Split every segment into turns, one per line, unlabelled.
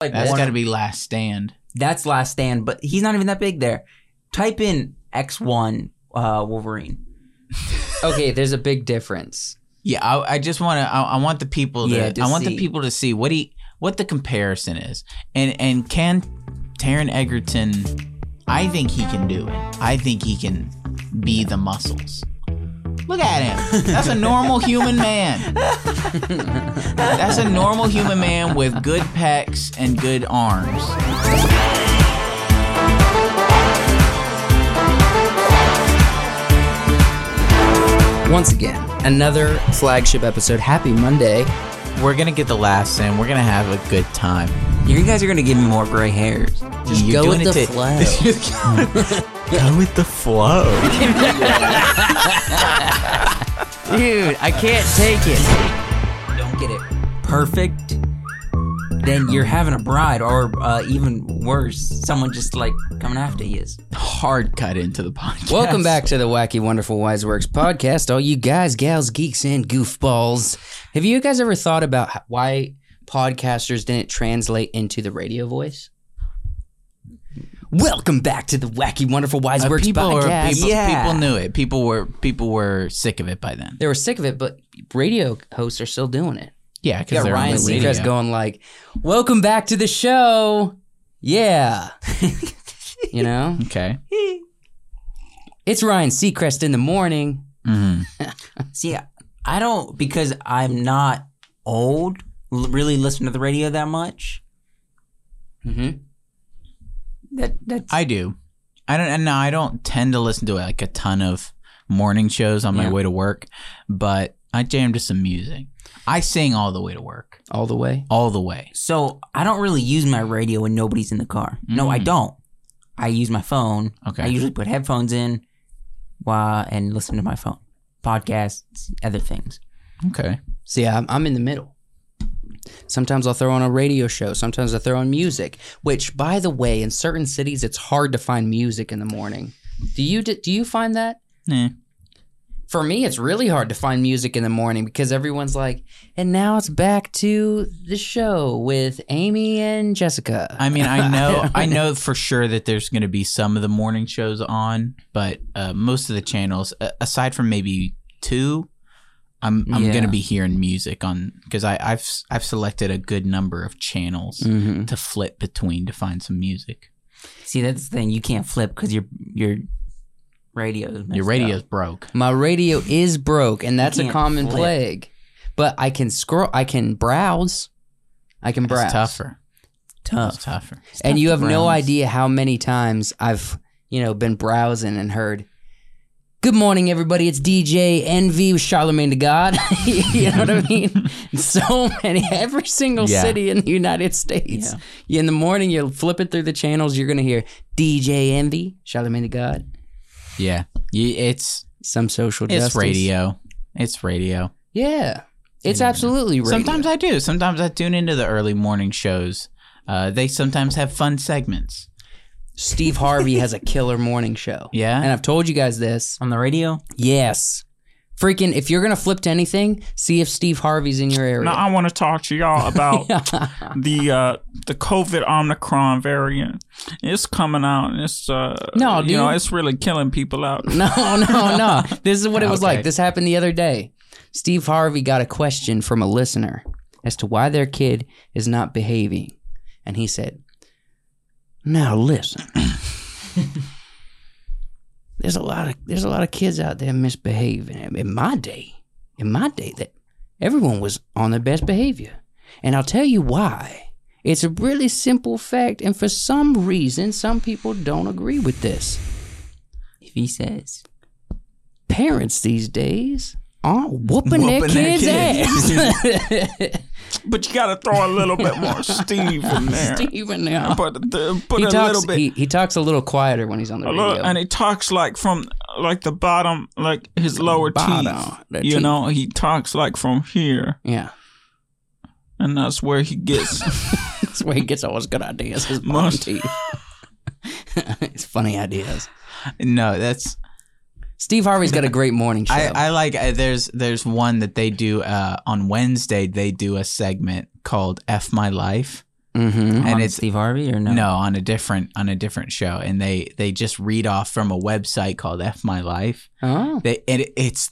like
That's
one-
got to be Last Stand.
that's Last Stand, but he's not even that big there. Type in X1 uh, Wolverine.
Okay, there's a big difference.
Yeah, I, I just want to. I, I want the people. To,
Yeah, to
I want
see.
the people to see what he what the comparison is, and and can Taron Egerton? I think he can do it. I think he can be the muscles. Look at him. That's a normal human man. That's a normal human man with good pecs and good arms.
Once again, another flagship episode. Happy Monday.
We're gonna get the last in. We're gonna have a good time.
You guys are going to give me more gray hairs.
Just
go with the flow.
go with the flow.
Dude, I can't take it.
Don't get it perfect, then you're having a bride, or uh, even worse, someone just like coming after you.
hard cut into the podcast.
Welcome back to the Wacky Wonderful Wise Works podcast, all you guys, gals, geeks, and goofballs. Have you guys ever thought about h- why podcasters didn't translate into the radio voice? Welcome back to the Wacky Wonderful Wise
Uh,
Works
people, were,
podcast.
people,
Yeah.
people knew it. People were people were sick of it by then.
They were sick of it, but radio hosts are still doing it.
Yeah, because
Yeah,
they're
Ryan
on the
You
radio.
guys going like, "Welcome back to the show." Yeah. you know?
Okay.
It's Ryan Seacrest in the morning.
hmm
See, I don't, because I'm not old, l- really listen to the radio that much.
Mhm.
That That's.
I do. I don't. and No, I don't tend to listen to like a ton of morning shows on my
Yeah.
way to work, but I jam to some music. I sing all the way to work,
All the way.
all the way.
so I don't really use my radio when nobody's in the car. No, I
Mm.
don't. I use my phone.
Okay.
I usually put headphones in while, and listen to my phone, podcasts, other things.
okay.
See, I'm, I'm in the middle. Sometimes I'll throw on a radio show. Sometimes I throw on music, which, by the way, in certain cities, it's hard to find music in the morning. Do you do you find that?
Nah.
For me, it's really hard to find music in the morning because everyone's like, and now it's back to the show with Amy and Jessica.
I mean, I know, I know for sure that there's going to be some of the morning shows on, but uh, most of the channels, uh, aside from maybe two, I'm I'm
Yeah.
going to be hearing music on because I I've s- I've selected a good number of channels
Mhm.
to flip between to find some music.
See, that's the thing. You can't flip because your your radio. is
Your
messed
radio's
up.
broke.
My radio is broke, and that's a
can't
common
flip.
plague. But I can scroll, I can browse, I can browse.
It's tougher. It's
Oh.
tough.
tougher.
and you have no
browse.
idea how many times I've you know been browsing and heard. Good morning, everybody. It's DJ NV with Charlemagne the God. you know what I mean? So many, every single
Yeah.
city in the United States. In the morning, you're flipping through the channels. You're gonna hear DJ Envy, Charlemagne the God,
Yeah, Y- it's
some social
it's
justice.
radio. It's radio.
Yeah, it's
Yeah.
absolutely radio.
Sometimes I do. Sometimes I tune into the early morning shows. Uh, they sometimes have fun segments.
Steve Harvey has a killer morning show.
Yeah.
and I've told you guys this.
On the radio,
Yes. Freaking, if you're going to flip to anything, see if Steve Harvey's in your area.
Now I want to talk to y'all about the uh, the COVID Omicron variant. It's coming out, and it's uh,
No,
you know,
dude.
it's really killing people out.
no, no, no. This is what it was
Okay.
like. This happened the other day. Steve Harvey got a question from a listener as to why their kid is not behaving. And he said, Now listen. there's a lot of there's a lot of kids out there misbehaving. In my day, in my day that everyone was on their best behavior. And I'll tell you why. It's a really simple fact, and for some reason, some people don't agree with this
if he says,
parents these days aren't whooping, their
Whooping their
kids', ass.
But you got to throw a little bit more Steve in there.
Steven now.
Put, the, put
He
a
talks,
little bit.
he, he talks a little quieter when he's on the
a
radio.
little, and he talks like from like the bottom, like his lower
bottom, the
teeth. You
teeth.
know, he talks like from here,
yeah.
and that's where he gets.
That's where he gets all his good ideas, his
Most-
Monty. it's funny ideas.
No, that's
Steve Harvey's got a great morning show.
I, I like uh, there's there's one that they do uh, on Wednesday. They do a segment called "F My Life,"
Mm-hmm.
And
on
it's-
Steve Harvey or no?
No. on a different on a different show, and they they just read off from a website called F My Life.
Oh.
They and it, it's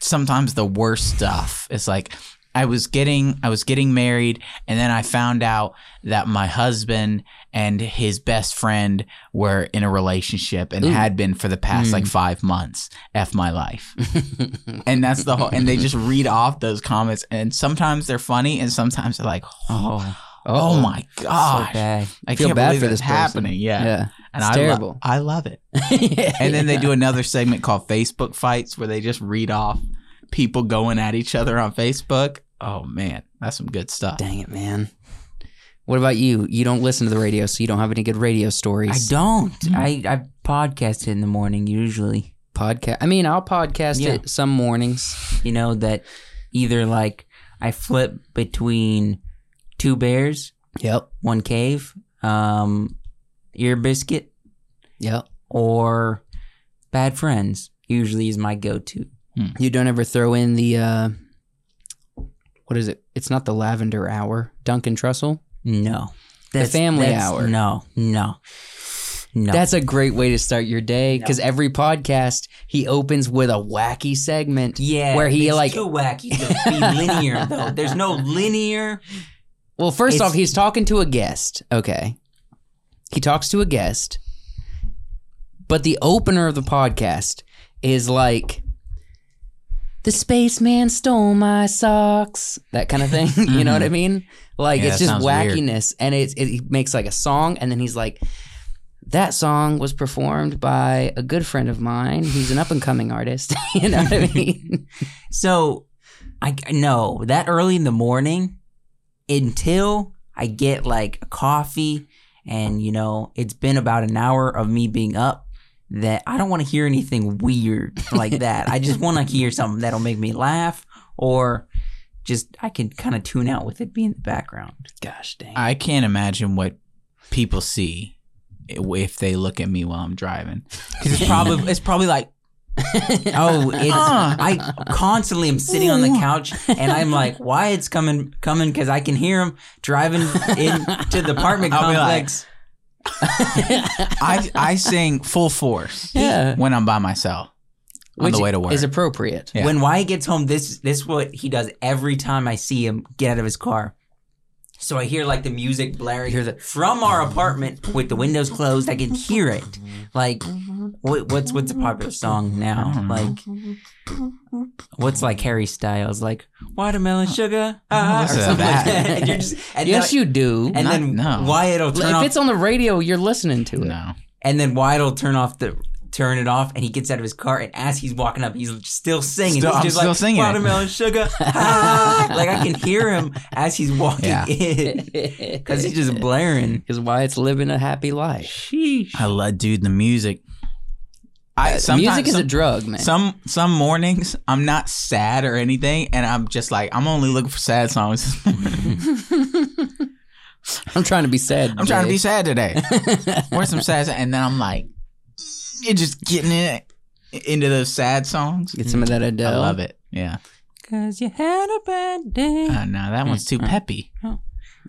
sometimes the worst stuff. It's like I was getting I was getting married, and then I found out that my husband and his best friend were in a relationship and
Ooh.
had been for the past
Mm.
like five months. F my life, and that's the whole. And they just read off those comments, and sometimes they're funny, and sometimes they're like, oh,
Oh,
oh my
so
gosh.
bad.
I
Feel
can't
bad
believe
for
it's
this person.
happening. Yeah.
Yeah.
And
It's
I
terrible.
Lo- I love it.
and
And then they do another segment called Facebook Fights where they just read off people going at each other on Facebook. Oh man, that's some good stuff.
Dang it, man. What about you? You don't listen to the radio, so you don't have any good radio
I
stories.
don't.
Mm-hmm.
I I podcast in the morning usually.
podcast. I mean, I'll podcast
Yeah.
it some mornings.
You know that either like I flip between two bears,
Yep.
one cave, um, ear biscuit,
Yep.
or bad friends. Usually is my go-to.
You don't ever throw in the uh what is it? It's not the lavender hour. Duncan Trussell.
No,
family hour.
No, no, no.
That's a great way to start your day because every podcast he opens with a wacky segment.
yeah,
where he,
it's
like-
too wacky to be linear though. There's no linear.
Well, first
It's-
off, he's talking to a guest. Okay. He talks to a guest. But the opener of the podcast is like the spaceman stole my socks. That kind of thing. you know what I mean? Like
Mm-hmm. Yeah,
it's
that
just
sounds weird.
wackiness and it's it he makes like a song and then he's like that song was performed by a good friend of mine. He's an up and coming artist. you know what I mean?
So, I no that early in the morning until I get like a coffee, and you know it's been about an hour of me being up. That I don't want to hear anything weird like that. I just want to hear something that'll make me laugh, or just I can kind of tune out with it being in the background.
Gosh dang.
I can't imagine what people see if they look at me while I'm driving. 'Cause it's probably it's probably like
Oh, it's
Uh.
I constantly am sitting on the couch and I'm like, why it's coming coming because I can hear him driving into the apartment
I'll be like-
complex.
I I sing full force
Yeah.
when I'm by myself on
Which
the way to work.
is appropriate.
Yeah.
When Wyatt gets home, this this what he does every time I see him get out of his car. So I hear like the music blaring
Hear the-
from our apartment with the windows closed. I can hear it. Like, what, what's what's a popular song now? Like, what's like Harry Styles? Like watermelon sugar, ah, or
listen to
something like
that.
that. And you're just and then-
yes, you do.
and
Not-
then
no.
Wyatt will turn
If
off,
it's on the radio, you're listening to it.
no.
and then Wyatt will turn off the turn it off, and he gets out of his car, and as he's walking up, he's still singing.
Still-
he's
I'm
just
still
like,
singing it.
Watermelon sugar, ah." like I can hear him as he's walking
Yeah.
in because he's just blaring.
is why it's living a happy life.
Sheesh.
I love dude the music. I sometimes
Music is
some-
a drug, man.
Some some mornings I'm not sad or anything, and I'm just like I'm only looking for sad songs.
I'm trying to be sad.
I'm trying to be sad today. Where's some sad? song- And then I'm like, it just getting in, into those sad songs.
Get some of that
I
Adele.
love it. Yeah.
Cause you had a bad day.
Uh, no, that one's too peppy.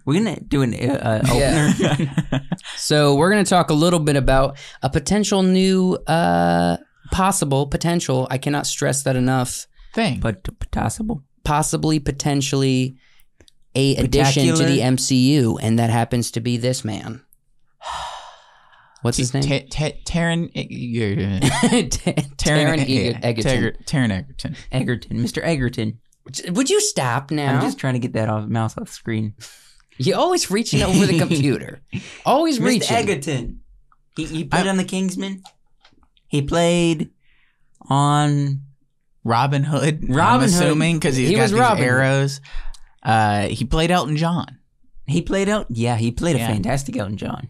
We're gonna do an uh, uh,
Yeah.
opener.
So we're going to talk a little bit about a potential new, uh, possible potential. I cannot stress that enough.
Thing.
but possible.
Possibly, potentially, a addition to
Spectacular.
the MCU, and that happens to be this man. What's his name?
T- t- Taryn, eh, Egerton.
Taron Eger- Egerton.
Egerton. Taryn Egerton.
Egerton, Mr. Egerton.
Would you stop now?
I'm just trying to get that off mouse off screen.
You're always reaching over the computer. Always
Mr.
reaching.
Egerton. He, he played on the Kingsman. He played on.
Robin Hood.
Robin
I'm
Hood.
assuming because he's
He
got
was
these
Robin Hood.
arrows. Uh, he played Elton John.
He played out. Yeah, he played
Yeah.
a fantastic Elton John.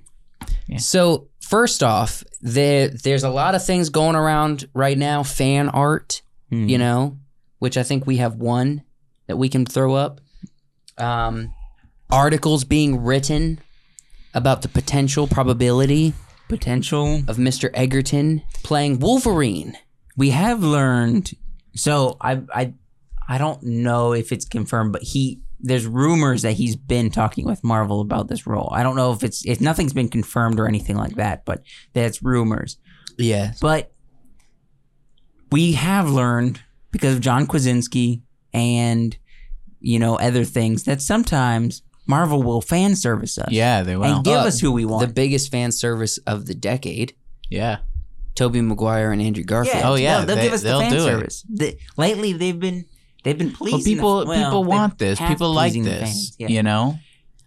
So first off, there there's a lot of things going around right now. Fan art,
Hmm.
you know, which I think we have one that we can throw up. Um, articles being written about the potential probability
Potential.
of Mr. Egerton playing Wolverine.
We have learned. So I I I don't know if it's confirmed, but he there's rumors that he's been talking with Marvel about this role. I don't know if it's if nothing's been confirmed or anything like that, but that's rumors.
Yes.
But we have learned because of John Krasinski and you know other things that sometimes Marvel will fan service us
Yeah, they will.
and give
Uh,
us who we want.
The biggest fan service of the decade,
yeah.
Toby Maguire and Andrew Garfield.
Oh, yeah,
they'll
they-
give us the
they'll
fan
do it.
service. The- lately, they've been they've been pleasing.
Well, people
us- well,
people
they
want this.
have
People like
pleasing the
this.
fans, yeah.
You know,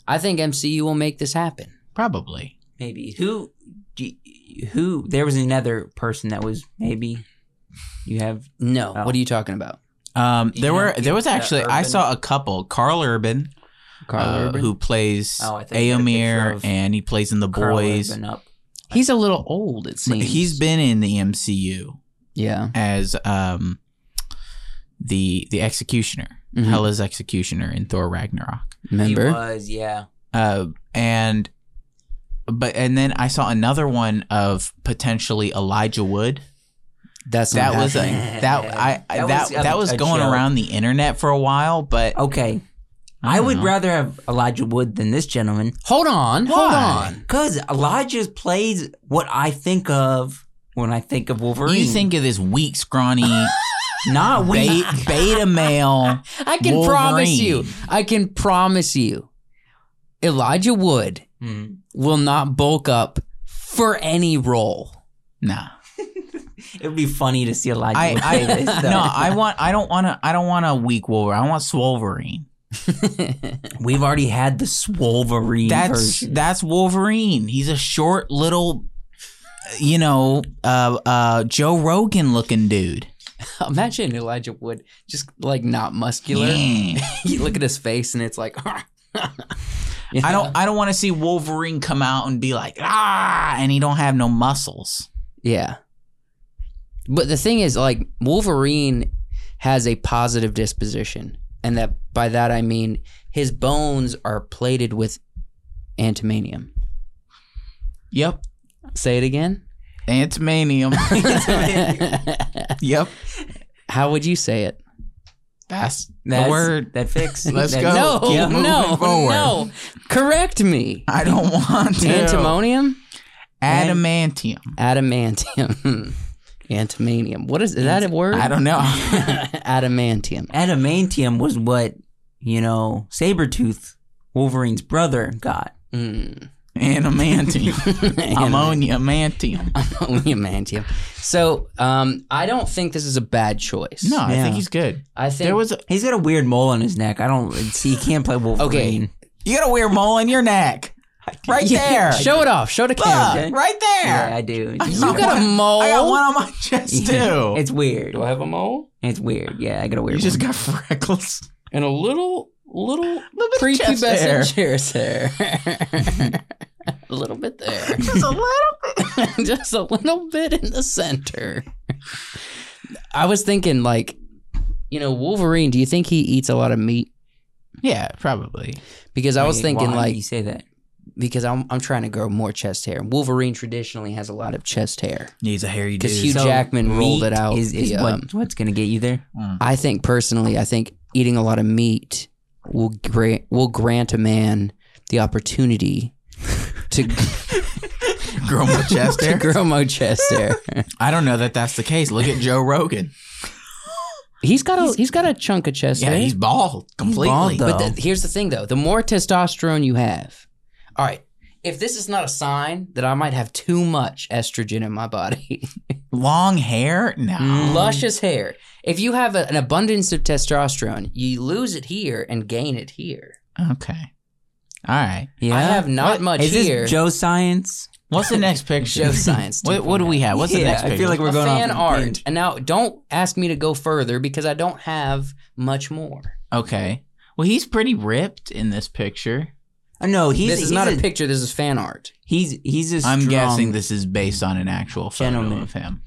I think MCU will make this happen.
probably.
maybe who do you- who there was another person that was maybe you have
No,
Oh.
what are you talking about?
Um,
You
there
know,
were there was
the
actually I
Urban-
saw a couple. Carl Urban,
Carl
uh,
Urban?
who plays
Oh, I think I had a picture
Aomir,
of
and he plays in The
Carl
Boys.
Urban up.
He's a little old, it seems.
He's been in the MCU
yeah.
as um the the executioner,
Mm-hmm.
Mhm.
Hela's executioner in Thor Ragnarok.
He
Remember?
was yeah.
uh, and but and then I saw another one of potentially Elijah Wood.
That's not
That was a,
happening.
that I I-
That
that
was
that
a-
was,
a
going
joke.
around the internet for a while, but
Okay, I,
don't
would
know.
rather have Elijah Wood than this gentleman
Hold on, hold
Why?
on.
because Elijah plays what I think of when I think of Wolverine.
you think of this weak, scrawny
not we?
beta, beta male.
I can
Wolverine.
promise you. I can promise you. Elijah Wood
Hmm.
will not bulk up for any role.
Nah,
It would be funny to see Elijah
I,
Wood play
I
this. Though.
no, I want I don't want to I don't want a weak Wolverine. I want Swolverine.
We've already had the Swolverine
That's
version.
that's Wolverine. He's a short little, you know, uh, uh, Joe Rogan looking dude.
Imagine Elijah Wood just like not muscular.
Yeah.
you look at his face and it's like You
I
know?
don't I don't want to see Wolverine come out and be like ah and he don't have no muscles.
Yeah. But the thing is like Wolverine has a positive disposition and that by that I mean his bones are plated with antimanium.
Yep.
Say it again.
Antimanium. yep.
How would you say it?
That's,
That's-
the word.
That fix.
Let's
that-
go.
No,
keep moving
no,
forward.
no. Correct me.
I don't want to.
Antimonium?
Adamantium.
Adamantium. Antimanium. What is, is that a word?
I don't know.
Adamantium.
Adamantium was what, you know, Sabretooth, Wolverine's brother, got.
Mm.
Adamantium. Ammonia mantium.
Adamantium. So um, I don't think this is a bad choice.
No, I
Yeah.
think he's good.
I think
There was a,
He's got a weird mole on his neck. I don't see he can't play Wolverine.
you got a weird mole in your neck. Right
Yeah,
there.
Show it off. Show the camera.
okay.
Look, right there.
Yeah, I do. It's
You
weird.
You got a mole.
I got one on my chest too.
It's weird.
I have a mole?
It's weird. Yeah, I got a weird
you just
one.
got freckles.
And a little, little,
Little bit of chest hair.
prepubescent chest hair. a little bit there.
Just a little
just a little bit in the center. I was thinking, like, you know, Wolverine. Do you think he eats a lot of meat?
Yeah, probably.
Because I was
Wait,
thinking,
why
like,
you say that.
because I'm I'm trying to grow more chest hair. Wolverine traditionally has a lot of chest hair.
Needs a hairy
Because Hugh Jackman rolled it out.
Is, is
the,
what,
um,
what's gonna get you there?
I think personally, I think eating a lot of meat will grant will grant a man the opportunity to,
Grow my chest
to
hair.
grow more chest hair.
I don't know that that's the case. Look at Joe Rogan.
He's got a he's got a chunk of chest
Yeah,
hair.
he's bald completely.
bald, though.
But the, here's the thing, though: the more testosterone you have, all right. If this is not a sign that I might have too much estrogen in my body,
Long hair? No.
luscious hair. If you have a, an abundance of testosterone, you lose it here and gain it here.
Okay. All right.
Yeah.
I have not
What?
much
is this
here.
Joe Science?
What's the next picture?
Joe Science
What, what do we have? What's the
Yeah,
next
I
picture?
feel like we're
a
going off
fan
on a
art.
tangent.
And now, don't ask me to go further because I don't have much more.
okay. Well, he's pretty ripped in this picture.
Uh, No, he's
this is
he's
not a,
a
picture. This is fan art.
he's he's a
I'm
strong-
guessing this is based on an actual photo
Gentleman.
of him.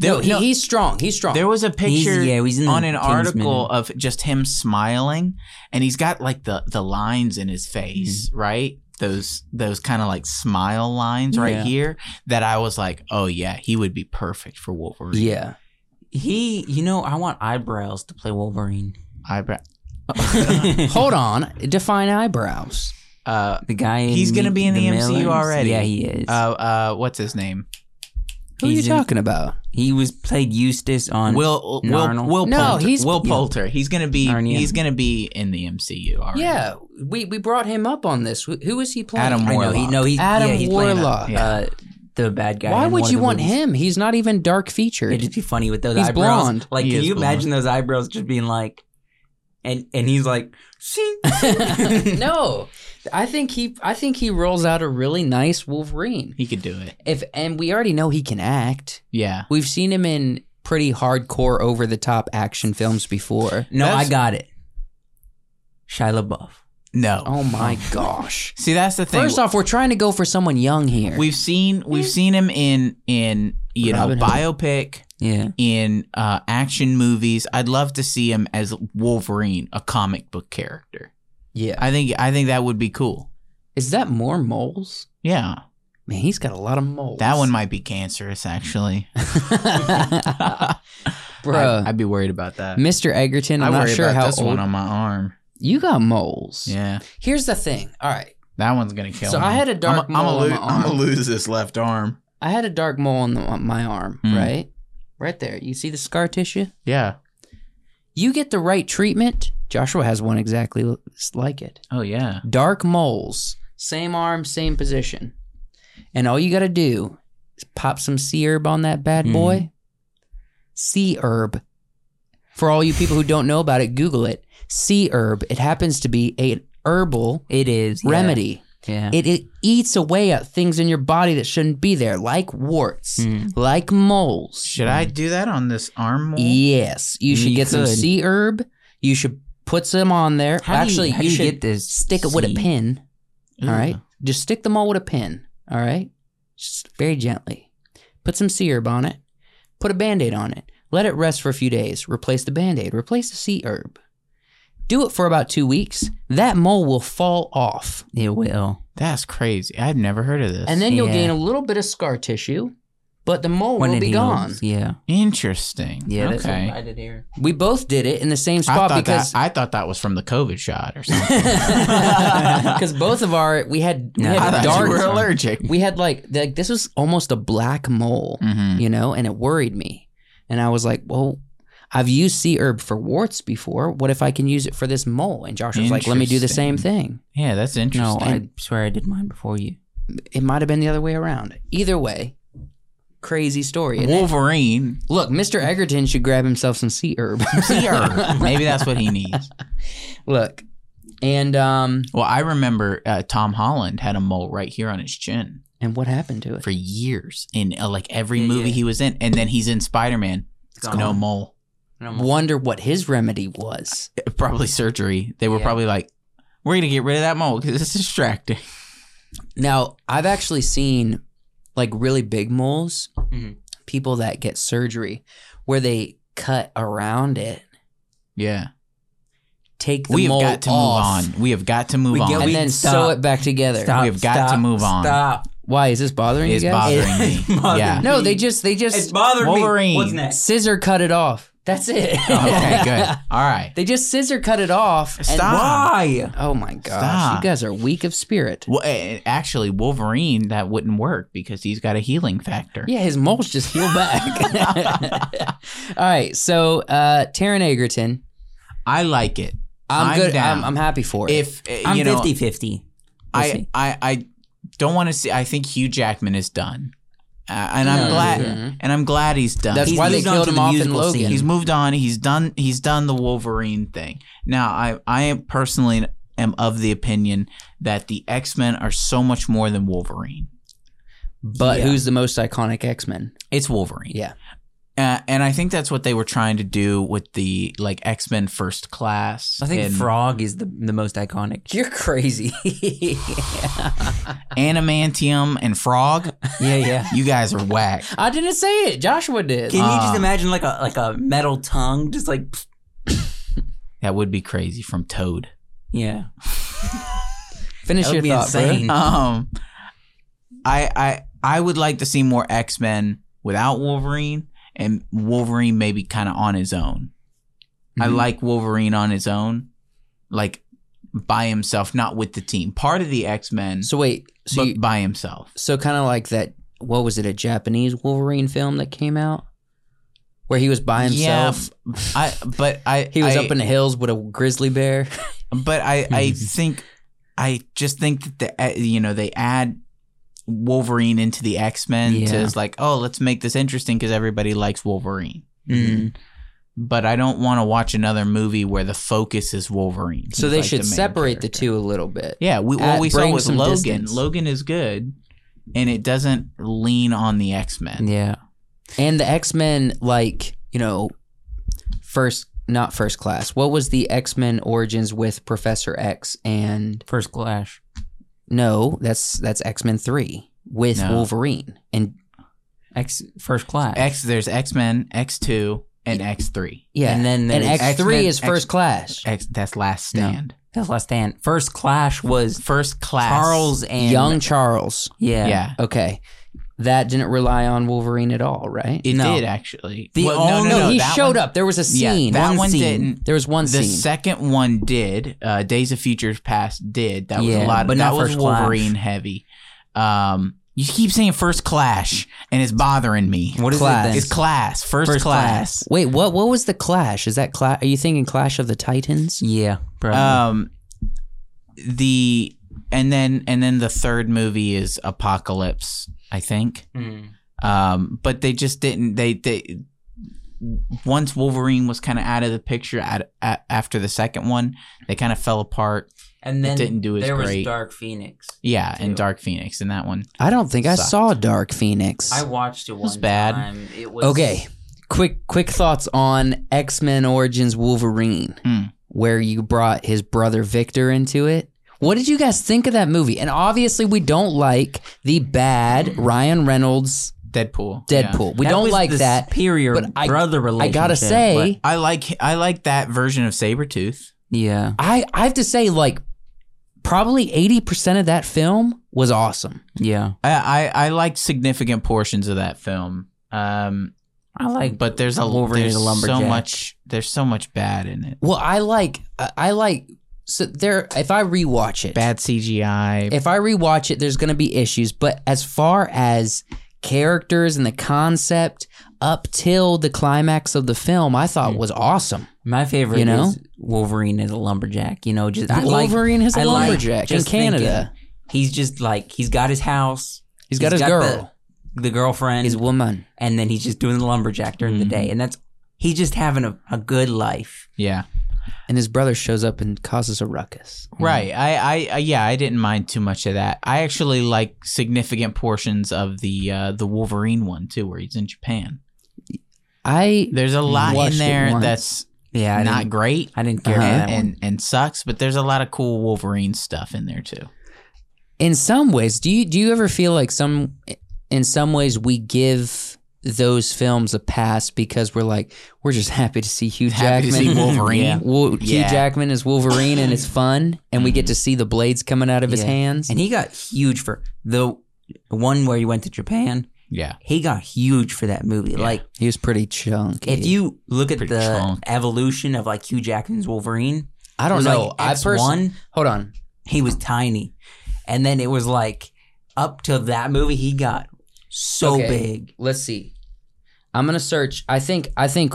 No, he,
no,
he's strong. He's strong.
there was a
he's-
picture
yeah,
Hmm,
he's in
on
the
an
Kingsman.
article of just him smiling, and he's got like the the lines in his face,
Mm-hmm.
right? Those those kind of like smile lines right
Yeah.
here. That I was like, oh yeah, he would be perfect for Wolverine.
yeah.
He, you know, I want eyebrows to play Wolverine.
eyebrow.
Hold on. Define eyebrows.
Uh,
the guy. In
He's gonna
Meet
be in the MCU
Millers?
already.
Yeah, he is.
uh, uh, what's his name?
Who are
He's in-
you talking about?
he was played Eustace on.
Will Will
Narnal.
Will
No,
Poulter.
he's-
Will
yeah.
Poulter. He's gonna be
Narnia.
he's gonna be in the MCU. Already.
Yeah, we, we brought him up on this. Who who is he playing?
Adam
I know he.
Warlock.
No, he's
Adam
yeah, he's playing,
Warlock.
Uh, uh, the bad guy.
Why
in one
would
of
you
the
want
movies.
him? He's not even dark featured.
It'd just be funny with those
He's
eyebrows.
blonde.
Like,
He
can
is
you imagine those eyebrows just being like, and and he's like, see,
no, I think he I think he rolls out a really nice Wolverine.
he could do it.
If and we already know he can act.
Yeah,
We've seen him in pretty hardcore over the top action films before.
no,
That's-
I got it. Shia LaBeouf.
no.
Oh my gosh.
See, that's the thing.
First off, we're trying to go for someone young here.
we've seen we've seen him in in you
Robin
know
Hood.
biopic.
Yeah,
in uh, action movies. I'd love to see him as Wolverine, a comic book character.
yeah.
I think I think that would be cool.
Is that more moles?
Yeah,
Man, he's got a lot of moles.
that one might be cancerous actually.
Bruh.
I'd, I'd be worried about that.
Mr. Egerton,
I
I'm not
worry
sure
about
how
this
old
one on my arm.
you got moles.
Yeah,
Here's the thing. All right.
that one's gonna kill
So
me.
I had a dark
I'm,
mole on my
I'm gonna
arm.
lose this left arm.
I had a dark mole on, the, on my arm,
Mm.
right? Right there. You see the scar tissue?
Yeah.
You get the right treatment. Joshua has one exactly l- like it.
Oh yeah.
Dark moles, same arm, same position. And all you got to do is pop some sea herb on that bad
Mhm.
boy. Sea herb. For all you people who don't know about it, Google it. Sea herb. It happens to be a herbal
it is yeah.
remedy.
Yeah,
It, it eats away at things in your body that shouldn't be there, like warts,
Mm.
like moles.
Should I do that on this arm? Mole?
E, Yes, you should
You
get some
could.
sea herb. You should put some on there.
How do you-
Actually,
how do
you,
you
should
get this
stick it with a
seed?
pin.
Ooh.
All right, just stick them all with a pin. All right, just very gently. Put some sea herb on it. Put a band aid on it. Let it rest for a few days. Replace the band aid. Replace the sea herb. Do it for about two weeks. That mole will fall off,
it will.
That's crazy. I've never heard of this.
and then you'll
Yeah.
gain a little bit of scar tissue, but the mole will
it
be
heals,
gone.
Yeah,
interesting.
yeah. That's
Okay.
what I did here.
We both did it in the same
I
spot
thought
because
that I thought that was from the COVID shot or something.
because both of our we had we
No,
I
had
thought you were
dark
allergic.
we had like like this was almost a black mole
Mm-hmm.
you know and it worried me and i was like well i've used sea herb for warts before what if i can use it for this mole and josh was like let me do the same thing
Yeah, that's
No,
interesting.
I swear I did mine before you.
it might have been the other way around either way crazy story isn't it?
Wolverine.
look mr egerton should grab himself some sea herb
Seer. Maybe that's what he needs.
look and um
Well, I remember uh, Tom Holland had a mole right here on his chin
and what happened to it
for years in uh, like every
Yeah,
movie
yeah.
he was in, and then he's in Spider Man.
Gone.
No mole.
wonder what his remedy was
Probably surgery. They were
Yeah.
probably like, "We're gonna get rid of that mole because it's distracting."
Now, I've actually seen like really big moles,
Mhm.
people that get surgery where they cut around it,
Yeah,
take the
we have
mole
got to
off,
move on. We have got to move
We get-
on.
and
We-
then
stop.
sew it back together.
Stop,
We have got to
stop,
move on.
Stop.
Why is this bothering
It's
you guys?
bothering me.
It's bothering
yeah.
me.
no, they just they
It's
just
bothered
Wolverine.
me. What's next?
scissor cut it off. That's it.
okay. Good. All right.
They just scissor cut it off. and-
Stop.
Why?
oh my gosh,
Stop.
you guys are weak of spirit.
Well, eh, actually, Wolverine that wouldn't work because he's got a healing factor.
Yeah, his moles just heal back. All right, so uh Taryn Egerton,
I like it.
I'm,
I'm
good.
down.
I'm, I'm happy for it.
If eh,
I'm
you know,
50 50.
I, I I don't want to see. I think Hugh Jackman is done, uh, and I'm
Yeah,
glad.
yeah.
And I'm glad he's done.
That's
he's,
why they
moved on
killed
to
him
the
off in
musical
Logan.
scene. He's moved on. He's done. He's done the Wolverine thing. Now, I I am personally am of the opinion that the X Men are so much more than Wolverine.
But
Yeah.
who's the most iconic X Men?
It's Wolverine.
Yeah.
Uh, and I think that's what they were trying to do with the like X Men First Class.
I think
and
Frog is the, the most iconic.
You're crazy.
Animantium and Frog.
Yeah, yeah.
You guys are whack.
I didn't say it. Joshua did.
Can you
Ah.
just imagine like a like a metal tongue, just like pfft,
That would be crazy from Toad.
yeah,
Uh,
Finish
that
your
would be
thought,
insane.
um I I I would like to see more X-Men without Wolverine and Wolverine maybe kind of on his own. I
Mhm.
like Wolverine on his own, like by himself, not with the team. Part of the X Men,
So wait, so
but
you,
by himself.
so kind of like that. What was it? A Japanese Wolverine film that came out where he was by himself.
Yeah, I but I
He was
I-
up in the hills with a grizzly bear.
But I, I
Mm-hmm.
think, I just think that the uh, you know they add Wolverine into the X Men
Yeah.
to it's like oh let's make this interesting because everybody likes Wolverine.
Mm-hmm.
Mhm.
But I don't want to watch another movie where the focus is Wolverine.
so
He's
they
like
should
the main
separate the
character.
two a little bit.
Yeah, we
Add-
what we saw
bring
with
some
Logan.
distance.
Logan is good, and it doesn't lean on the X Men.
Yeah.
And the X Men, like you know, first not first class. What was the X Men origins with Professor X and
First Clash.
no? That's that's X Men three with
No.
Wolverine and
X First Class.
X there's X Men, X two, and X three.
yeah, and,
And then there's
X
X-Men-
three is
X-
first class.
X that's Last
No.
Stand.
That's last stand. First Clash was
First class.
Charles and
Young Charles.
Yeah.
Yeah.
Okay, that didn't rely on Wolverine at all, right?
It
No.
did actually.
The only-
no,
no,
he
that
showed
one-
up. There was a
Yeah,
scene.
that
One
one
scene.
didn't.
there was one
The
scene.
second one did. Uh, Days of Futures Past did. That was
Yeah,
a lot.
but
that
not
was
First Clash.
Wolverine heavy. Um, you keep saying First Clash, and it's bothering me.
What is
Clash.
it
It's
then?
class. First,
First
class.
Wait, what? What was the Clash? Is that Clash? Are you thinking Clash of the Titans?
Yeah, bro.
Um, the and then and then the third movie is Apocalypse. I think.
Hmm.
Um, but they just didn't. They they once Wolverine was kind of out of the picture at, at, after the second one, they kind of fell apart.
and then
didn't do as
there
great.
was Dark Phoenix.
Yeah,
Too.
and Dark Phoenix and that one.
I don't think I
Sucked.
saw Dark Phoenix.
I watched it one
was bad.
time. It was
okay, quick quick thoughts on X Men Origins Wolverine,
Hmm.
where you brought his brother Victor into it. What did you guys think of that movie? And obviously, we don't like the bad Ryan Reynolds
Deadpool. Yeah.
Deadpool. We
That
don't
was
like
the
that.
superior
but I-
brother
I
relationship.
gotta say,
I like I like that version of Sabretooth.
but- yeah,
I, I have to say, like, probably 80% of that film was awesome.
yeah,
I, I I liked significant portions of that film. Um,
I like.
but there's a
Wolverine
there's
the
so
lumberjack.
much there's so much bad in it.
Well, I like, I I like, so there, if I rewatch it,
Bad CGI.
if I rewatch it, there's going to be issues. But as far as characters and the concept up till the climax of the film, I thought was awesome.
my favorite,
you know?
is Wolverine is a lumberjack. You know, just I like-
Wolverine is
I
a
like
lumberjack in
just
Canada.
thinking, he's just like he's got his house.
he's got his girl,
the, the girlfriend,
his Mm-hmm. woman.
and then he's just doing the lumberjack during the
Mhm.
day, and that's he's just having a, a good life.
yeah.
And his brother shows up and causes a ruckus.
Right. I, I I yeah, I didn't mind too much of that. I actually like significant portions of the uh the Wolverine one too where he's in Japan.
I
There's a lot
Watched
in
it
there
once.
that's
Yeah, I
not
didn't,
great
I didn't
uh-huh,
care. for
and,
that one.
and and sucks, but there's a lot of cool Wolverine stuff in there too.
in some ways do you do you ever feel like some in some ways we give those films a pass because we're like we're just happy to see Hugh
Happy to
Jackman
see Wolverine.
Yeah. Wo- Hugh
Yeah.
Jackman is Wolverine and it's fun and we get to see the blades coming out of his
Yeah.
hands
And he got huge for the one where you went to Japan.
Yeah.
He got huge for that movie.
Yeah.
Like
he was pretty chunky
if you look at
Pretty
the
strong.
evolution of like Hugh Jackman's Wolverine,
I
it
don't
was
know
Like
I
X
personally
one,
hold on
he was tiny, and then it was like up till that movie, he got so
Okay.
big.
let's see I'm gonna search I think I think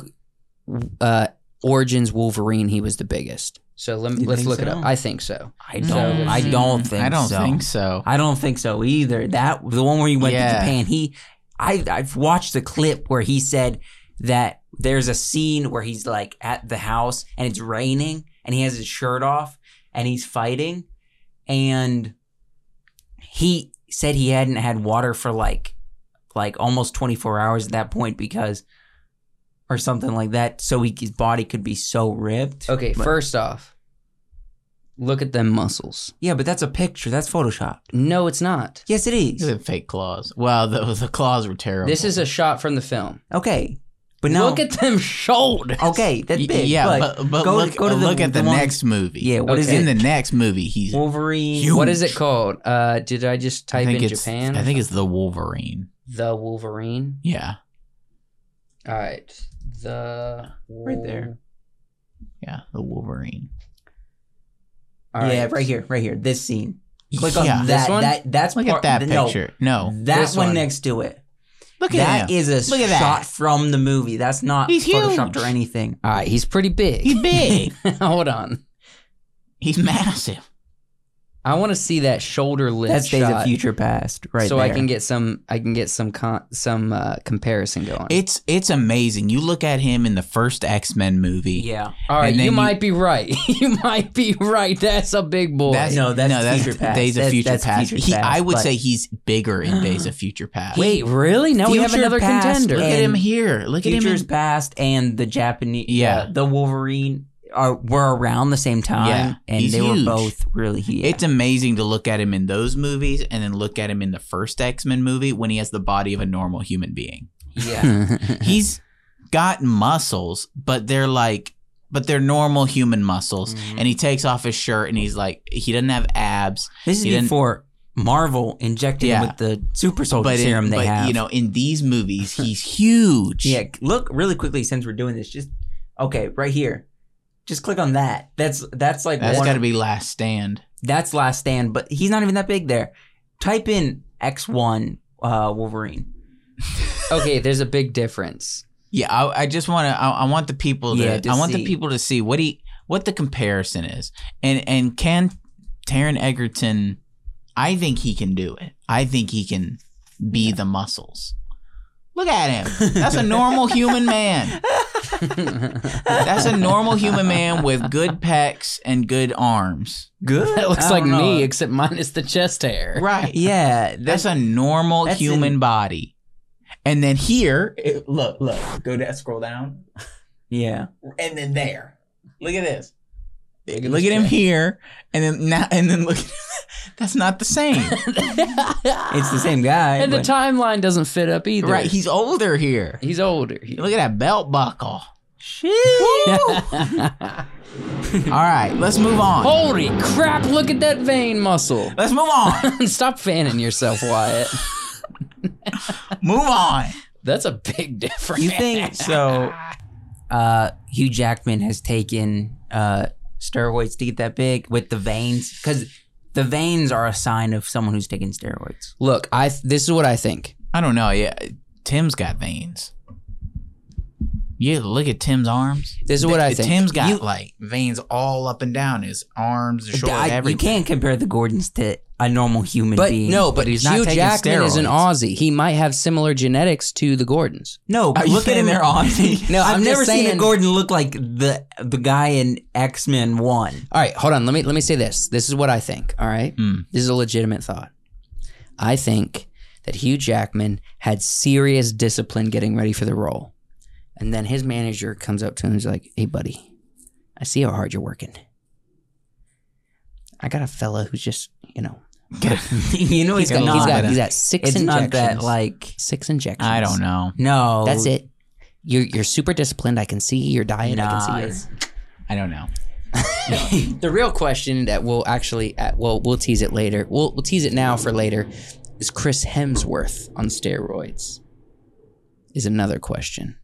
uh Origins Wolverine he was the biggest so let me,
You
let's
think
look it
so?
up I think so
I don't. I don't think.
I don't
so.
think so.
I don't think so either. That the one where he went to
Yeah.
Japan. He, I, I've watched the clip where he said that there's a scene where he's like at the house and it's raining and he has his shirt off and he's fighting, and he said he hadn't had water for like, like almost 24 hours at that point because, or something like that. So he, his body could be so ripped.
okay
But-
first off look at them muscles
Yeah, but that's a picture. That's photoshopped.
No, it's not.
Yes, it is.
Look at the fake claws. Well, the the claws were terrible.
This is a shot from the film.
Okay, but now
Look at them shoulders.
Okay, that's
Y-
big.
yeah,
but,
but, but
go to-
look,
go to the-
look at the,
the one-
next movie.
yeah, what is
Okay.
in
it?
the next movie? He's
Wolverine.
Huge.
What is it called? Uh, did I just
I
type
think
in
it's
Japan?
I think it's the Wolverine.
the Wolverine.
Yeah,
All right, the
Right there.
yeah, the Wolverine.
All right.
yeah, right here, right here. This scene. Click
Yeah.
on
This
that.
one?
That that's
Look
part,
at that
no,
picture. No.
that
This
one
one.
next to it.
Look at
That
him.
is a
Look at that.
shot from the movie. That's not
He's
photoshopped
huge.
or anything.
All right, he's pretty big.
He's big.
Hold on.
He's massive.
I want to see that shoulder lift
That's Days of
shot
Future Past, right
so I
there.
can get some I can get some con- some uh, comparison going.
It's it's amazing. You look at him in the first X Men movie.
yeah.
All right,
and then
you,
you-
might be right. you might be right. That's a big boy.
That's,
No, that's
Days
Future Past.
of
That's-
Future
that's
Past.
Future
He-
Past,
I would
but-
say he's bigger in Days of Future Past.
Wait, really? Now we have
Future
another
past
contender.
look at
and-
him here. Look at him.
Futures
in-
Past and the Japanese,
Yeah.
yeah, the Wolverine are were around the same time,
Yeah.
and
He's
they
huge.
were both really huge.
It's amazing to look at him in those movies and then look at him in the first X Men movie when he has the body of a normal human being.
yeah,
He's got muscles, but they're like, but they're normal human muscles.
Mhm.
And he takes off his shirt and he's like, he doesn't have abs.
this is
He didn't-
before Marvel injected
Yeah.
him with the super soldier
but in-
serum they
but,
have.
you know, in these movies, he's huge.
yeah, look really quickly since we're doing this. Just okay, right here. Just click on that. That's that's like
That's
one.
got to be Last Stand.
that's Last Stand, but he's not even that big there. Type in X One uh, Wolverine.
okay, there's a big difference.
Yeah, I, I just want to. I, I want the people to.
Yeah, to
I want the
see.
people to see what he what the comparison is, and and can Taron Egerton? I think he can do it. I think he can be the muscles. Look at him. That's a normal human man.
that
That's a normal human man with good pecs and good arms.
Good.
looks
I
like
don't know.
me, except minus the chest hair.
Right.
Yeah,
That's a normal
That's
human
in-
body. And then here, it, look, look, go down, scroll down.
yeah.
and then there. Look at this.
Look
Look
at
at,
this
him
guy.
here, and then now, and then look. that's not the same,
It's the same guy.
and the
but-
timeline doesn't fit up either.
right? He's older here.
he's older.
Look at that belt buckle.
Holy
All right, let's move on.
crap! Look at that vein muscle.
Let's move on.
Stop fanning yourself, Wyatt.
move on.
That's a big difference.
You think so? Uh, Hugh Jackman has taken uh, steroids to get that big with the veins because the veins are a sign of someone who's taking steroids.
Look, I th- this is what I think.
I don't know. Yeah, Tim's got veins. Yeah, look at Tim's arms.
This is what I think.
Tim's got
You-
like veins all up and down his arms, his shoulders,
I, you
everything.
can't compare the Gordons to a normal human
But
being.
no, but he's
not
Hugh
taking
Jackman is an
steroids.
Aussie. He might have similar genetics to the Gordons.
no.
Are you
Look at
saying
him.
they're Aussie?
No,
I've
I'm just
never seen
saying-
a Gordon look like the the guy in X Men One.
All right, hold on. Let me let me say this. This is what I think. All right,
Hmm.
Mm.
this is a legitimate thought. I think that Hugh Jackman had serious discipline getting ready for the role, and then his manager comes up to him and is like, "Hey, buddy, I see how hard you're working. I got a fella who's just you know
you know he's
He's
got,
got-
he's
not.
got he's got six
it's
injections.
not that like
six injections.
I don't know.
no.
That's it. You're you're super disciplined. I can see your diet. I
Nah,
can see your
it's-
I don't know.
the real question that we'll actually uh, well we'll tease it later. We'll we'll tease it now for later. Is Chris Hemsworth on steroids? Is another question,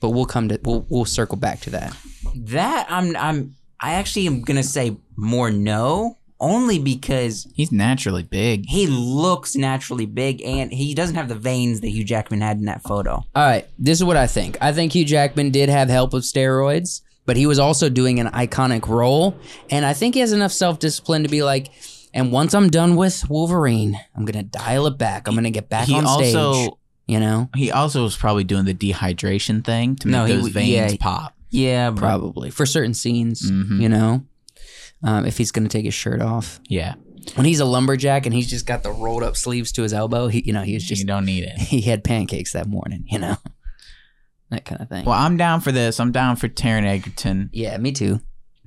but we'll come to we'll we'll circle back to that.
that I'm I'm I actually am gonna say more no only because
He's naturally big.
he looks naturally big and he doesn't have the veins that Hugh Jackman had in that photo.
All right, this is what I think. I think Hugh Jackman did have help with steroids, but he was also doing an iconic role, and I think he has enough self discipline to be like. And once I'm done with Wolverine, I'm gonna dial it back. I'm gonna get back
he
on stage.
also
you know,
he also was probably doing the dehydration thing to make
No, he
those
w-
veins
yeah.
pop.
Yeah, but
probably for certain scenes.
Mhm.
you know um, if he's gonna take his shirt off
Yeah,
when he's a lumberjack and he's just got the rolled up sleeves to his elbow he you know he was
you
just
don't need it.
he had pancakes that morning you know that kind of thing
Well, I'm down for this. I'm down for Taron Egerton.
yeah me too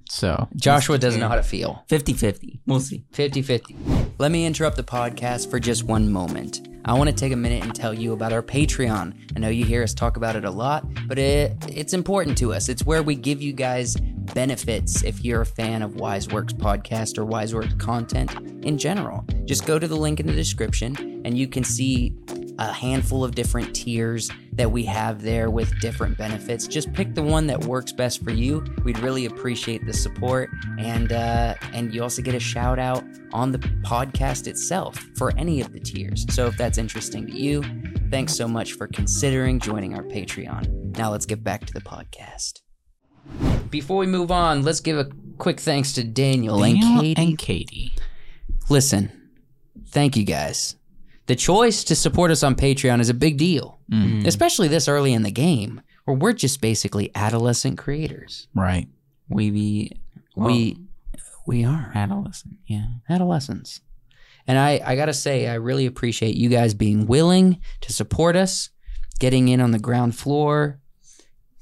So
joshua doesn't know how to feel
50-50. We'll see.
50 50. Let me interrupt the podcast for just one moment. I want to take a minute and tell you about our Patreon. I know you hear us talk about it a lot, but it, it's important to us. It's where we give you guys benefits if you're a fan of Wise Works podcast or Wise Works content in general. Just go to the link in the description and you can see a handful of different tiers that we have there with different benefits. Just pick the one that works best for you. We'd really appreciate the support, and uh, and you also get a shout out on the podcast itself for any of the tiers. So if that's interesting to you, thanks so much for considering joining our Patreon. Now let's get back to the podcast. Before we move on, let's give a quick thanks to Daniel,
Daniel
and Katie.
And Katie.
Listen, thank you guys. The choice to support us on Patreon is a big deal,
Mm.
especially this early in the game, where we're just basically adolescent creators.
Right.
We be
we we are
adolescent. Yeah.
adolescents. And I, I gotta say, I really appreciate you guys being willing to support us, getting in on the ground floor,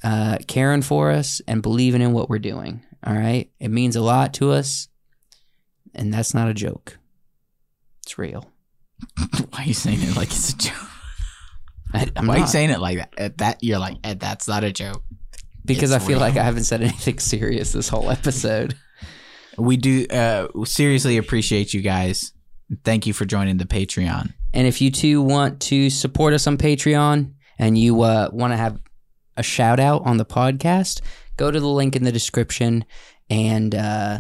uh, caring for us, and believing in what we're doing. All right. It means a lot to us. And that's not a joke. It's real.
Why are you saying it like it's a joke?
I, I'm
Why are you
not-
saying it like that? At that you're like, "Eh, that's not a joke.
because I
It's
feel like
real.
I haven't said anything serious this whole episode.
We do uh, seriously appreciate you guys. Thank you for joining the Patreon.
And if you too want to support us on Patreon and you uh, want to have a shout out on the podcast, go to the link in the description and uh,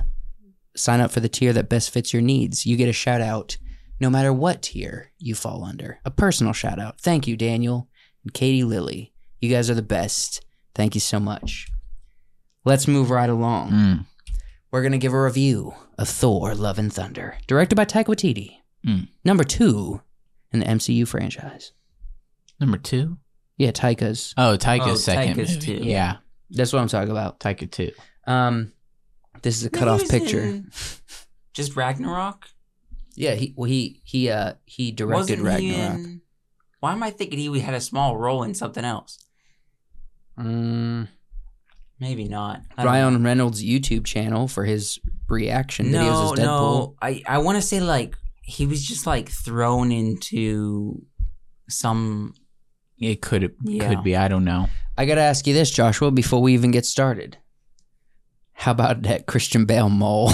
sign up for the tier that best fits your needs. You get a shout out no matter what tier you fall under. A personal shout out. Thank you, Daniel and Katie Lilly. You guys are the best. Thank you so much. Let's move right along.
Mm.
we're going to give a review of Thor Love and Thunder, directed by Taika Waititi.
Mm.
Number two in the MCU franchise.
Number two.
Yeah, Taika's.
Oh, Taika's
Oh,
second.
Taika's
movie.
two.
Yeah,
That's what I'm talking about.
Taika two.
Um, this is a cut off picture.
Just Ragnarok.
Yeah, he well, he he uh he directed
Wasn't he
Ragnarok.
in? Why am I thinking he had a small role in something else?
Mm,
Maybe not. I don't
Ryan Reynolds' YouTube channel for his reaction videos as Deadpool.
No, I, I want to say like he was just like thrown into some.
It could it
Yeah.
could be. I don't know.
I gotta ask you this, Joshua, before we even get started. How about that Christian Bale mole?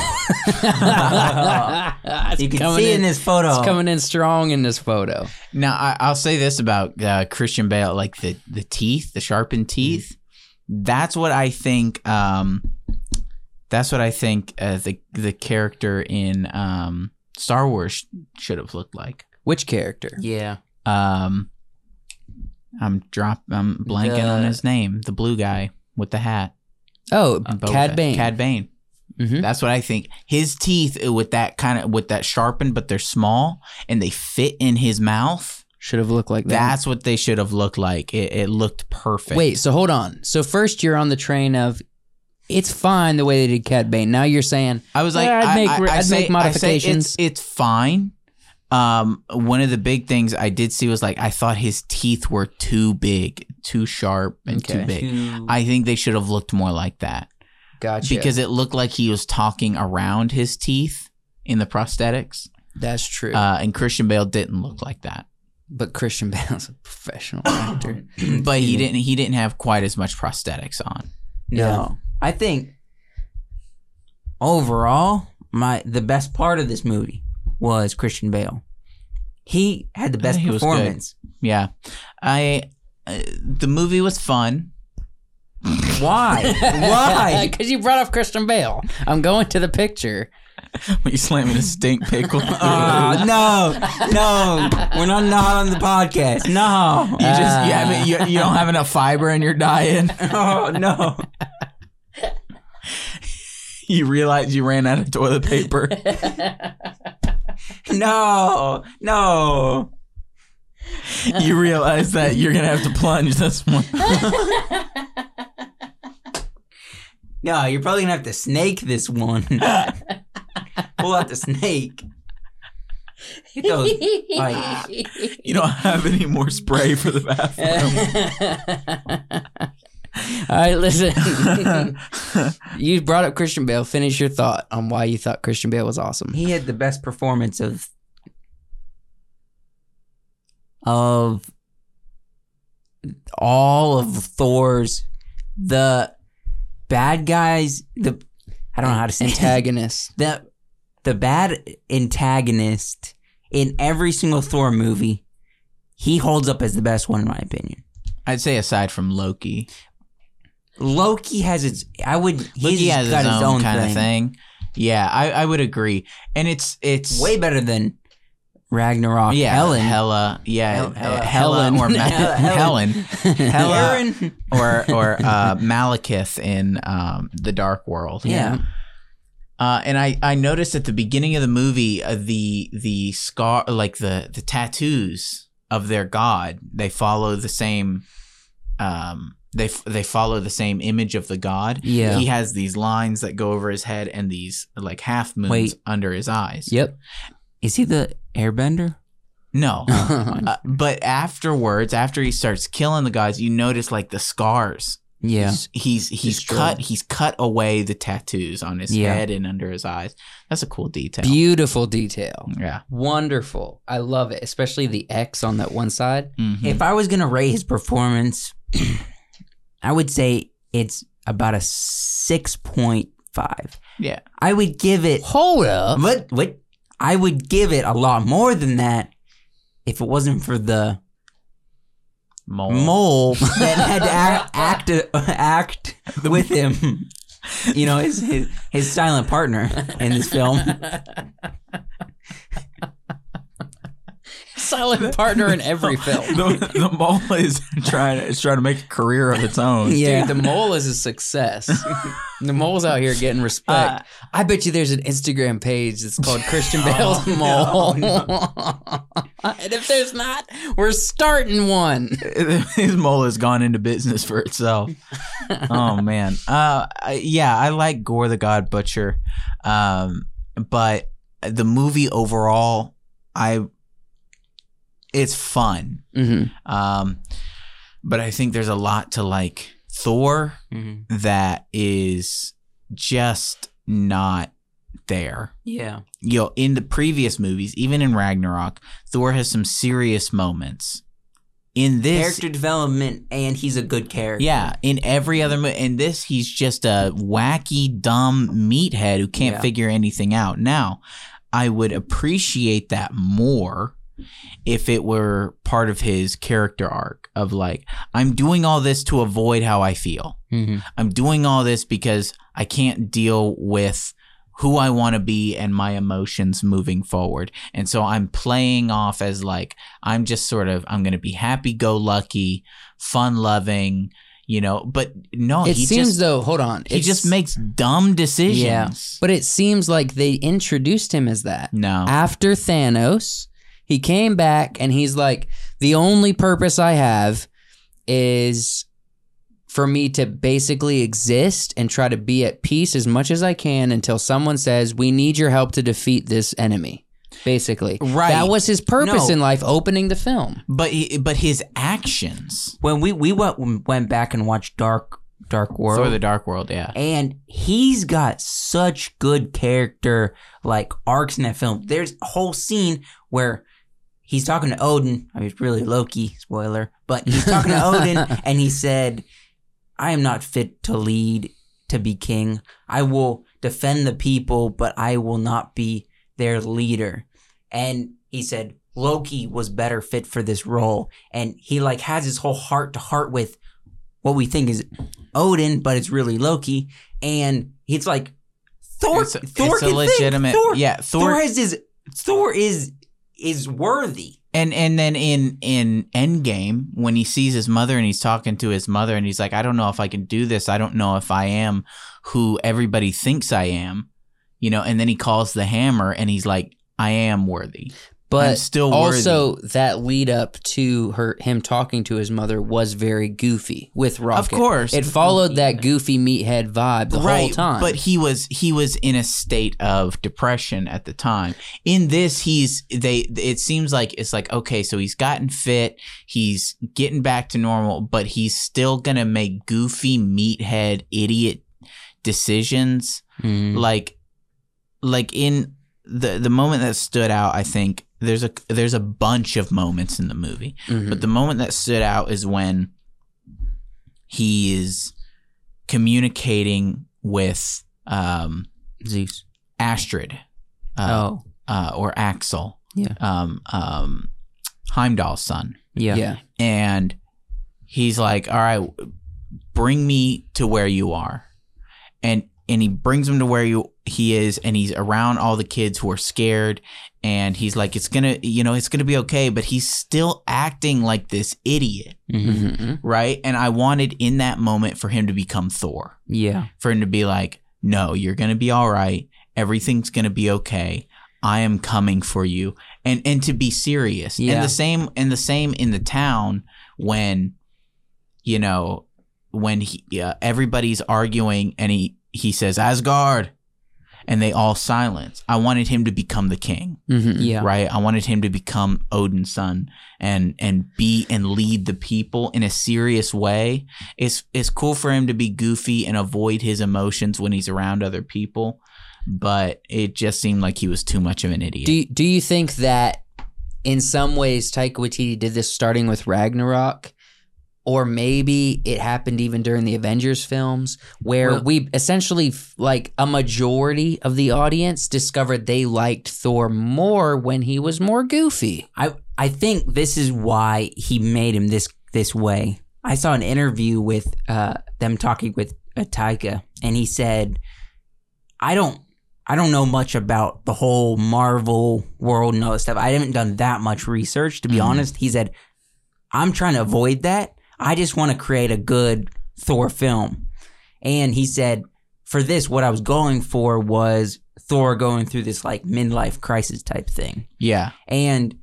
It's
you can
coming
see
in-
in this photo.
It's coming in strong in this photo.
Now I, I'll say this about uh, Christian Bale, like the the teeth, the sharpened
Mm.
teeth. That's what I think. Um, that's what I think uh, the the character in um, Star Wars sh- should have looked like.
Which character?
Yeah,
Um, I'm drop. I'm blanking on
The-
his name. The blue guy with the hat.
Oh,
on Boba
Cad
Fett.
Bane.
Cad Bane.
Mhm.
That's what I think. His teeth uh, with that kind of with that sharpened, but they're small and they fit in his mouth.
Should have looked like that.
That's what they should have looked like. It, it looked perfect.
Wait, so hold on. So first you're on the train of it's fine the way they did Cad Bane. Now you're saying
I was like,
I'd
I,
make-
I- I
I'd
say-
make
I say
modifications.
it's, it's fine. Um, one of the big things I did see was like I thought his teeth were too big, too sharp, and
Okay.
too big.
Who-
I think they should have looked more like that
gotcha
because it looked like he was talking around his teeth in the prosthetics.
that's true.
Uh, and Christian Bale didn't look like that.
but Christian Bale's a professional actor.
but he didn't he didn't have quite as much prosthetics on.
no,
Yeah.
I think overall, my the best part of this movie was Christian Bale. He had the
I
best
think he was good.
performance.
Yeah. I uh, the movie was fun.
Why? Why?
Because you brought up Christian Bale. I'm going to the picture.
you slamming a stink pickle. Oh,
Ah, no, no, we're not not on the podcast. No,
you just you, haven't, you, you don't have enough fiber in your diet.
oh no.
You realize you ran out of toilet paper.
No, no.
You realize that you're gonna have to plunge this one.
No, you're probably gonna have to snake this one. Pull out the snake. Get those like,
You don't have any more spray for the bathroom.
All right, listen. you brought up Christian Bale. Finish your thought on why you thought Christian Bale was awesome.
he had the best performance of of all of Thor's the bad guys the I don't know how to say it.
Antagonist.
the the bad antagonist in every single Thor movie, he holds up as the best one in my opinion.
I'd say aside from Loki,
Loki has its. I would.
Loki
he's
has his
got
own, kind of thing. Yeah, I, I would agree, and it's it's
Way better than Ragnarok.
yeah
Helen.
Hella yeah
Hel- Hella.
uh, Hella
Helen.
or Ma-
Hella- Helen.
Helen Hella
Aaron.
or or uh, Malekith in um, the Dark World.
Yeah.
Uh, and I, I noticed at the beginning of the movie uh, the the scar like the the tattoos of their god they follow the same um they f- they follow the same image of the god
Yeah.
he has these lines that go over his head and these like half moons
Wait.
under his eyes
Yep.
Is he the Airbender?
no uh, but afterwards after he starts killing the guys you notice like the scars
Yeah.
he's he's, he's
Destroy.
cut he's cut away the tattoos on his
Yeah.
head and under his eyes that's a cool detail
Beautiful detail.
yeah
Wonderful. I love it, especially the X on that one side.
Mhm.
If I was gonna rate his performance, I would say it's about a six point five.
Yeah.
I would give it.
Hold up.
What? What? I would give it a lot more than that if it wasn't for the
mole.
mole that had to act act, act with him. You know, his, his his silent partner in this film.
Silent partner in every film.
the, the mole is trying is trying to make a career of its own.
Yeah.
Dude, the mole is a success. the mole's out here getting respect. I bet you there's an Instagram page that's called Christian Bale's Mole. and if there's not, we're starting one.
his mole has gone into business for itself. oh man, uh, I- yeah, I like Gore the God Butcher, um, but the movie overall, I, it's fun,
Mm-hmm.
um, but I think there's a lot to like Thor that is just not there
Yeah.
you know, in the previous movies, even in Ragnarok, Thor has some serious moments. In this,
Character development, and he's a good character.
yeah, in every other movie, in this, he's just a wacky, dumb meathead who can't
Yeah.
figure anything out. Now, I would appreciate that more if it were part of his character arc of like, I'm doing all this to avoid how I feel. I'm doing all this because I can't deal with who I want to be and my emotions moving forward. And so I'm playing off as like, I'm just sort of, I'm going to be happy go lucky, fun loving, you know, but no,
It
he
seems
just,
though. Hold on.
he
It's-
just makes dumb decisions.
Yeah. But it seems like they introduced him as that.
no.
after Thanos, he came back and he's like, the only purpose I have is for me to basically exist and try to be at peace as much as I can until someone says, we need your help to defeat this enemy. Basically,
Right.
That was his purpose
No.
in life. Opening the film.
but, he- but his actions.
When we we went went back and watched Dark Dark World,
Thor the Dark World, yeah.
and he's got such good character like arcs in that film. There's a whole scene where he's talking to Odin. I mean, it's really Loki, spoiler, but he's talking to Odin, and he said, "I am not fit to lead to be king. I will defend the people, but I will not be their leader." And he said Loki was better fit for this role, and he like has his whole heart to heart with what we think is Odin, but it's really Loki, and he's like Thor.
It's a-
Thor
it's a
can think.
legitimate-
Thor,
yeah,
Thor,
Thor-
has his Thor is is worthy.
And and then in in Endgame, when he sees his mother and he's talking to his mother and he's like, I don't know if I can do this. I don't know if I am who everybody thinks I am, you know. And then he calls the hammer and he's like, I am worthy.
But
I'm still
also that lead up to her him talking to his mother was very goofy with Rocket.
Of course,
it followed that goofy meathead vibe the
right.
whole time.
But he was he was in a state of depression at the time. In this, he's they. It seems like it's like okay, so he's gotten fit, he's getting back to normal, but he's still gonna make goofy meathead idiot decisions.
Mm-hmm.
Like, like in the the moment that stood out, I think there's a there's a bunch of moments in the movie.
Mhm.
But the moment that stood out is when he is communicating with um,
Zeus.
Astrid uh,
Oh,
uh, or Axel,
Yeah.
um, um, Heimdall's son.
yeah.
yeah.
And he's like, "All right, bring me to where you are," and and he brings him to where you he is, and he's around all the kids who are scared, and he's like, "It's gonna, you know, it's gonna be okay," but he's still acting like this idiot,
Mm-hmm.
Mhm.
right? And I wanted in that moment for him to become Thor
Yeah.
for him to be like, no, you're going to be all right. Everything's going to be okay. I am coming for you. And and to be serious.
Yeah.
And the same and the same in the town when you know when he uh, everybody's arguing and he he says Asgard and they all silence. I wanted him to become the king,
Mm-hmm.
Yeah.
right? I wanted him to become Odin's son and and be and lead the people in a serious way it's it's cool for him to be goofy and avoid his emotions when he's around other people, but it just seemed like he was too much of an idiot.
Do do you think that in some ways Taika Waititi did this starting with Ragnarok, or maybe it happened even during the Avengers films, where
Well-
we essentially f- like a majority of the audience discovered they liked Thor more when he was more goofy.
I I think this is why he made him this this way. I saw an interview with uh, them talking with uh, Taika, and he said, "I don't." I don't know much about the whole Marvel world and all that stuff. I haven't done that much research, to be
Mhm.
honest. He said, I'm trying to avoid that. I just want to create a good Thor film. And he said, for this, what I was going for was Thor going through this like midlife crisis type thing.
yeah,
And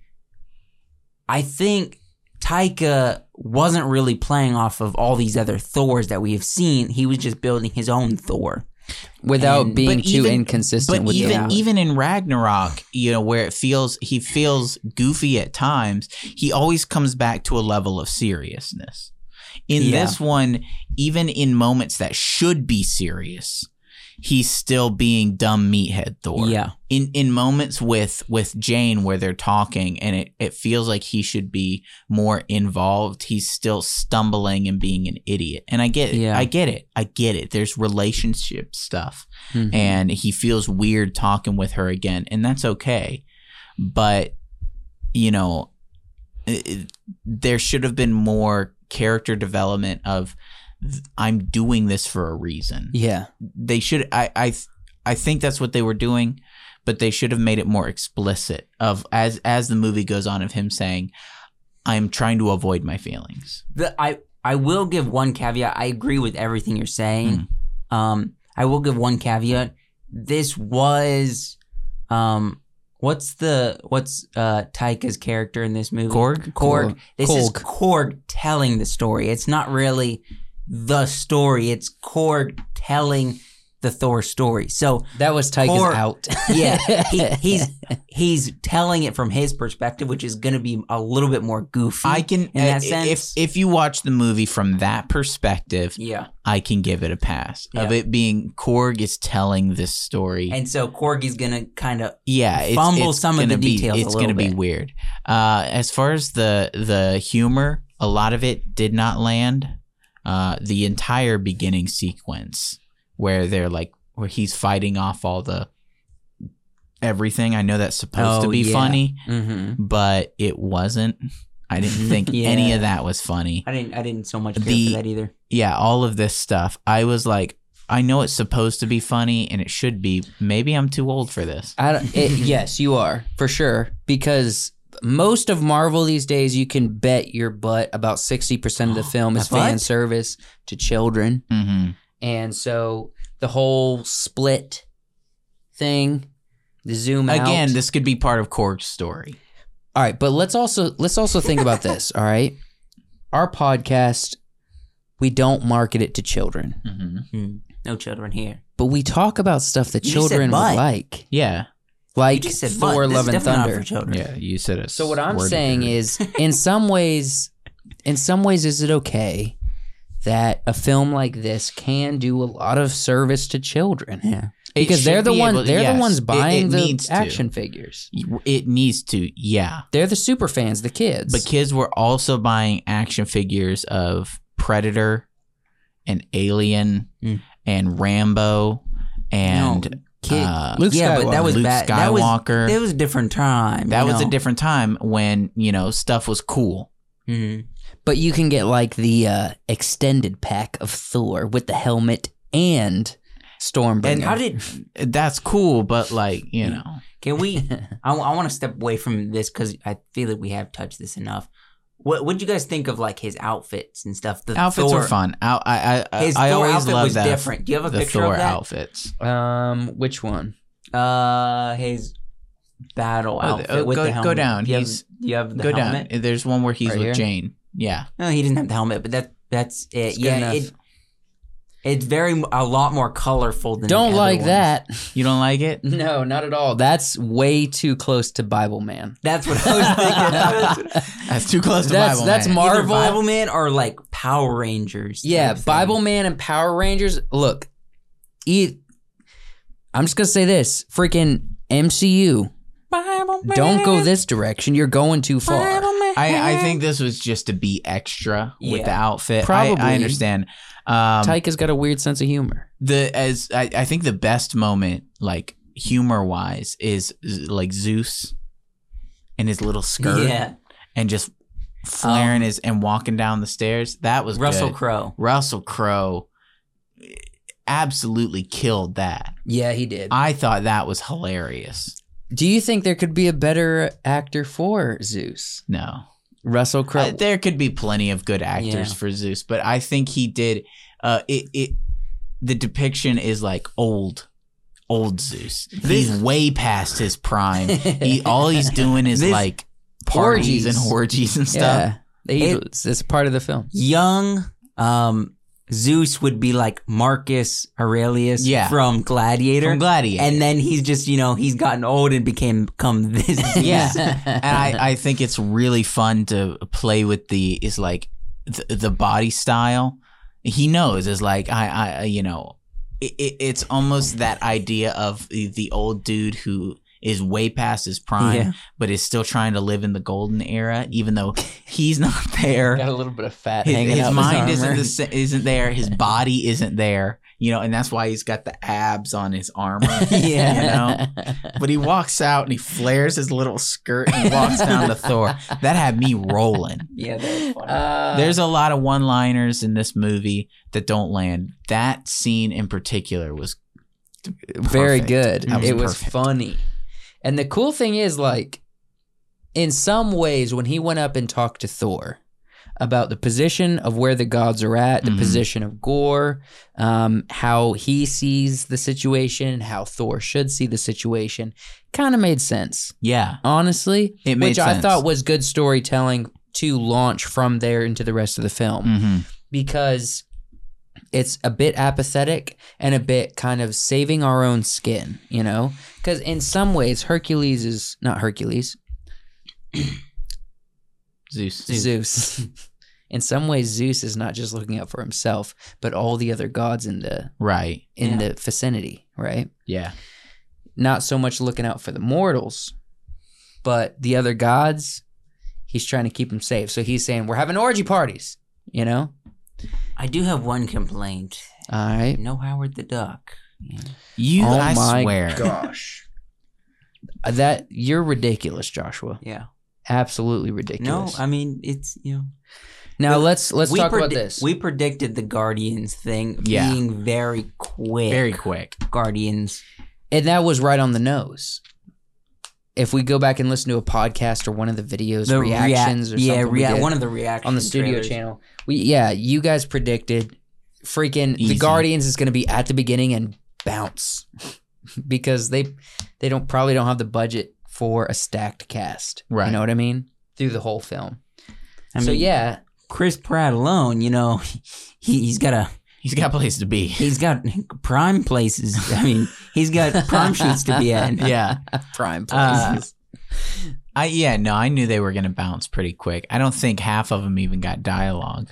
I think Taika wasn't really playing off of all these other Thors that we have seen. He was just building his own Thor.
Without
And-
being
but
too
even-
inconsistent
but
with
even
the
even in Ragnarok, you know where it feels he feels goofy at times, he always comes back to a level of seriousness. In
Yeah.
this one, even in moments that should be serious, he's still being dumb meathead Thor.
yeah.
in in moments with with Jane where they're talking and it it feels like he should be more involved he's still stumbling and being an idiot and I get it
Yeah.
I get it I get it there's relationship stuff
Mhm.
Mm-hmm.
and he feels weird talking with her again and that's okay but you know it, it- there should have been more character development of th- I'm doing this for a reason
yeah.
they should I I th- I think that's what they were doing, but they should have made it more explicit of as as the movie goes on of him saying, I'm trying to avoid my feelings.
The, I I will give one caveat. I agree with everything you're saying. Um, I will give one caveat. This was, um, what's the what's uh Taika's character in this movie?
Korg?
Korg.
Korg.
This is
Korg.
Korg telling the story. It's not really the story. It's Korg telling the Thor story. So
That was Taika's
Or-
out.
yeah, he, he's he's telling it from his perspective, which is going to be a little bit more goofy.
I can uh,
in that
i-
sense.
if if you watch the movie from that perspective,
yeah,
I can give it a pass of
Yeah.
it being Korg is telling this story.
and so Korg is going to kind of
yeah, it's,
fumble
it's
some of the
gonna be-
details a
it's
little
gonna be
bit.
weird. Uh, as far as the the humor, a lot of it did not land. Uh, the entire beginning sequence where they're like where he's fighting off all the everything. I know that's supposed
Oh,
to be
yeah.
funny,
mm-hmm.
but it wasn't. I didn't think
Yeah.
any of that was funny.
I didn't I didn't so much care
The-
for that either.
Yeah, all of this stuff. I was like, I know it's supposed to be funny and it should be. Maybe I'm too old for this.
I don't, it, yes, you are for sure because most of Marvel these days, you can bet your butt about sixty percent of the film is
What?
fan service to children,
Mm-hmm.
and so the whole split thing, the zoom out.
Again, this could be part of Korg's story.
all right, but let's also let's also think about this. All right, our podcast, we don't market it to children,
Mm-hmm.
Hmm. No children here.
but we talk about stuff that
You just said
children would
but.
like,
Yeah,
You
like
just said
Thor:
but. This is
Love and
definitely not
Thunder.
for children.
yeah. You said it.
So what I'm saying is, in some ways, in some ways, is it okay that a film like this can do a lot of service to children?
Yeah.
because they're the one, they're the ones buying
it,
the
needs to.
action figures.
It needs to. Yeah,
They're the super fans, the kids.
but kids were also buying action figures of Predator, and Alien,
Mm.
and Rambo, and
Kid-
uh,
Luke
yeah, but that was
Luke
bad. That was
Skywalker.
it was a different time.
Uh, That
you
was a
know?
different time when you know stuff was cool.
Mm-hmm.
But you can get like the uh, extended pack of Thor with the helmet and Stormbringer.
And
How did?
That's cool, but like
Mm.
you know,
Can we? I, want to step away from this because I feel that we have touched this enough. What What would you guys think of like his outfits and stuff? The
outfits
Thor,
are fun. Out, I I I,
His
I
Thor
always
outfit
love
was
that.
different. Do you have a
The
picture
Thor
of that?
outfits.
um, which one?
Uh, his battle
Oh, the-
outfit
oh,
with
go-
the
go
helmet.
down.
You have,
He's-
you have the
Go
helmet.
down. There's one where he's
Right
with
here?
Jane. Yeah.
No, he didn't have the helmet, but that that's it.
It's good
yeah,
enough.
it, it's very a lot more colorful than.
Don't
the other
like
ones.
that.
You don't like it?
No, not at all. That's way too close to Bible Man.
That's what I was thinking. I was-
That's too close to
That's-
Bible.
that's
Man.
Mar-
Either
Marvel-
Bible Man or like Power Rangers. type
Yeah,
thing.
Bible Man and Power Rangers. Look, e- I'm just gonna say this: freaking MCU.
Bible Man.
Don't go this direction. You're going too far.
Bible Man.
I, I think this was just to be extra with
Yeah.
the outfit. I-
Probably.
I, understand. Um,
Tyke has got a weird sense of humor.
the as I, I think the best moment, like humor wise, is Z- like Zeus in his little skirt
Yeah,
and just flaring his and walking down the stairs. That was
Russell
good.
Crowe.
Russell Crowe absolutely killed that.
Yeah, he did.
Um,
I thought that was hilarious.
Do you think there could be a better actor for Zeus?
No.
Russell Crowe.
Uh, there could be plenty of good actors
Yeah.
for Zeus, but I think he did. Uh, it it the depiction is like old, old Zeus. he's way past his prime. he all he's doing is
This-
like
Orgies.
parties and orgies and stuff.
yeah, He-
It-
it's, it's part of the film.
Young um, Zeus would be like Marcus Aurelius
Yeah.
from Gladiator.
From Gladiator,
and then he's just, you know, he's gotten old and became become this.
yeah, and I, I think it's really fun to play with the is like the, the body style. He knows is like I I you know it, it, it's almost that idea of the, the old dude who is way past his prime
Yeah.
but is still trying to live in the golden era even though he's not there.
a little bit of fat
His, his
out his
mind isn't
armor.
the, sa- isn't there. His body isn't there. You know, and that's why he's got the abs on his armor. You know? But he walks out and he flares his little skirt and walks down to Thor. That had me rolling.
yeah, that was funny.
Uh,
There's a lot of one liners in this movie that don't land. That scene in particular was
very
perfect.
good.
That was
it was
perfect.
funny. And the cool thing is, like, in some ways, when he went up and talked to Thor about the position of where the gods are at, the
Mhm.
position of Gore, um, how he sees the situation, how Thor should see the situation, kind of made sense,
Yeah.
honestly.
It made
which
sense.
I thought was good storytelling to launch from there into the rest of the film
hmm
because it's a bit apathetic and a bit kind of saving our own skin, you know? Because in some ways, Hercules is not Hercules,
Zeus.
Zeus. in some ways, Zeus is not just looking out for himself, but all the other gods in the
Right.
in the vicinity, right?
Yeah.
Not so much looking out for the mortals, but the other gods. He's trying to keep them safe, so he's saying we're having orgy parties, you know.
I do have one complaint.
All right.
No Howard the Duck.
You.
Oh
I
my
swear.
gosh. that you're ridiculous, Joshua.
Yeah.
Absolutely
No,
ridiculous.
I mean it's you know.
now let's let's
we
talk about
predi-
this.
We predicted the Guardians thing
Yeah.
being very quick.
Very quick.
Guardians.
and that was right on the nose. If we go back and listen to a podcast or one of the videos,
The rea-
reactions or
yeah,
something we
rea-
did
one of the reactions
on the studio
trailers.
channel, we yeah, you guys predicted freaking
Easy.
the Guardians is going to be at the beginning and bounce because they they don't probably don't have the budget for a stacked cast.
Right.
You know what I mean? Through the whole film.
I
so
mean,
yeah,
Chris Pratt alone, you know, he, he's got a
He's got a place to be.
he's got prime places. I mean, he's got prime shoots to be at.
yeah.
prime
Uh,
places.
I yeah. No, I knew they were gonna bounce pretty quick. I don't think half of them even got dialogue.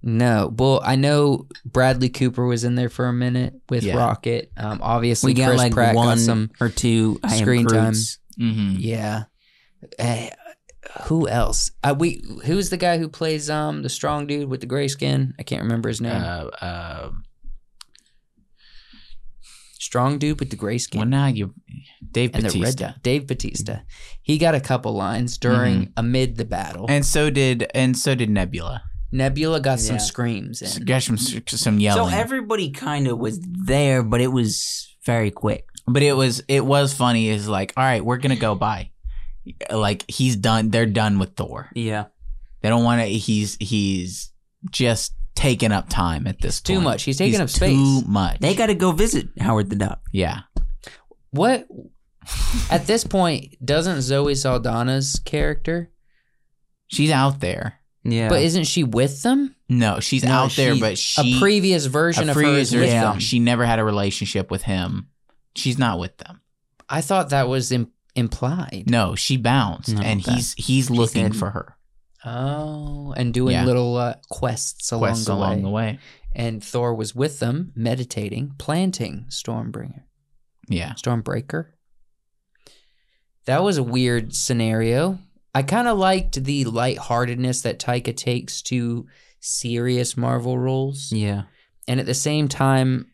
no, well, I know Bradley Cooper was in there for a minute with
Yeah.
Rocket. Um, obviously,
We got
Chris
like
Pratt
one Mm.
got some.
or two I am
screen time.
Groots.
Mm-hmm.
Yeah. Eh, who else? Uh, we who's the guy who plays um the strong dude with the
Uh,
gray skin? I can't remember his name.
Uh, uh,
strong dude with the gray skin
Well, now you, Dave
and the
Batista.
red Dave Batista. He got a couple lines during
Mm-hmm.
amid the battle.
and so did and so did Nebula.
Nebula got some
Yeah.
screams
So
in.
got some some
So
yelling.
everybody kind of was there, but it was very quick.
but it was it was funny. Is like, all right, we're gonna go by. Like he's done. They're done with Thor.
Yeah.
They don't want to. He's he's just taking up time at this
Too
point.
much. He's taking
He's
up space.
Too much.
They got to go visit Howard the Duck.
yeah.
What at this point doesn't Zoe Saldana's character?
She's out there.
Yeah.
But isn't she with them?
No, she's
No,
out there,
she-
but she
a previous version
a
of her is
freezer-
with
yeah,
them.
She never had a relationship with him. She's not with them.
I thought that was Im- implied.
No, she bounced,
No,
and
that-
he's he's looking
hidden.
for her
Oh, and doing
Yeah.
little uh, quests along,
quests
the,
along
way.
the way.
And Thor was with them, meditating, planting Stormbringer.
Yeah,
Stormbreaker. That was a weird scenario. I kind of liked the lightheartedness that Taika takes to serious Marvel roles.
yeah.
And at the same time,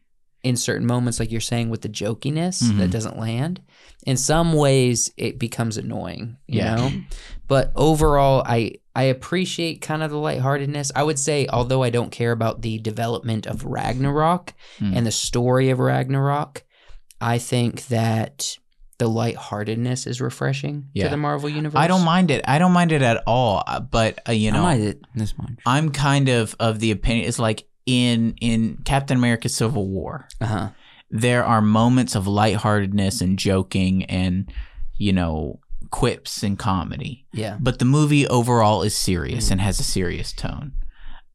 in certain moments, like you're saying, with the jokiness
Mhm.
that doesn't land, in some ways it becomes annoying, you
Yeah.
know? But overall, I I appreciate kind of the lightheartedness. I would say, although I don't care about the development of Ragnarok
Mm.
and the story of Ragnarok, I think that the lightheartedness is refreshing
Yeah.
to the Marvel universe.
I don't mind it. I don't mind it at all. uh, But uh, you know,
I minded it this much.
I'm kind of of the opinion. It's like in in Captain America: Civil War,
Uh-huh.
there are moments of lightheartedness and joking, and you know, quips and comedy.
Yeah.
but the movie overall is serious
Hmm.
and has a serious tone.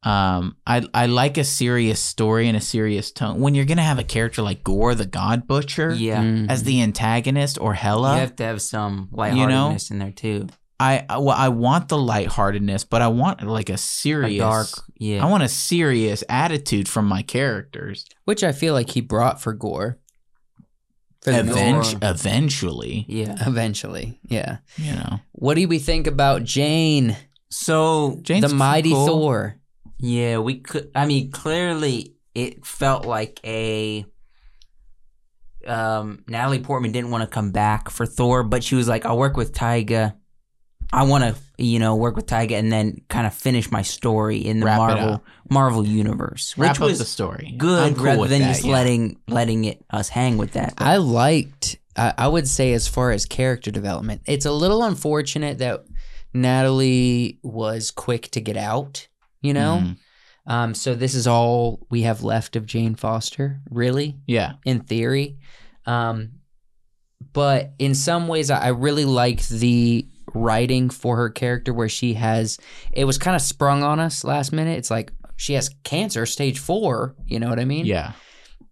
Um, I I like a serious story and a serious tone. When you're gonna have a character like Gore the God Butcher
Yeah.
Mm.
as the antagonist or Hela,
You have to have some lightheartedness in there too.
I I- well, I want the lightheartedness, but I want like a serious
A dark. Yeah.
I want a serious attitude from my characters.
Which I feel like he brought for Gore. For the movie.
Event- eventually,
yeah.
Eventually, yeah.
you know.
What do we think about Jane,
So
Jane's
the mighty
cool.
Thor?
yeah, we could. I mean, clearly, it felt like a. Um, Natalie Portman didn't want to come back for Thor, but she was like, "I'll work with Tyga. I want to, you know, work with Tyga, and then kind of finish my story in the
Wrap it
Marvel
up.
Marvel universe,
Wrap
which
up
was
the story. I'm
good,
cool
rather
with
than
that,
just
yeah.
letting letting it us hang with that.
I liked. I, I would say, as far as character development, it's a little unfortunate that Natalie was quick to get out. You know,
Mhm.
um, so this is all we have left of Jane Foster, really,
yeah,
in theory. Um, but in some ways, I I really like the writing for her character where she has it was kind of sprung on us last minute. It's like she has cancer, stage four. You know what I mean?
yeah,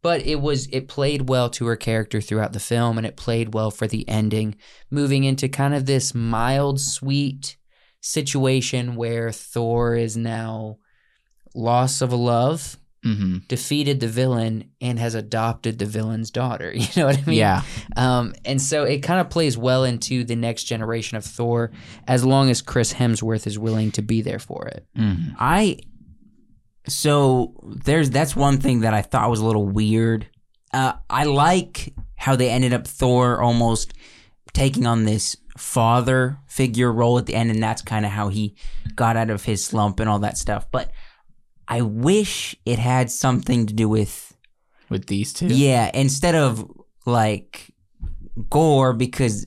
but it was it played well to her character throughout the film and it played well for the ending moving into kind of this mild sweet situation where thor is now loss of a love
hmm
defeated the villain and has adopted the villain's daughter you know what i mean
yeah.
um, and so it kind of plays well into the next generation of thor as long as chris hemsworth is willing to be there for it
hmm
I so there's that's one thing that I thought was a little weird. Uh, I like how they ended up Thor almost taking on this father figure role at the end, and that's kind of how he got out of his slump and all that stuff. But I wish it had something to do with
With these two,
yeah, instead of like gore because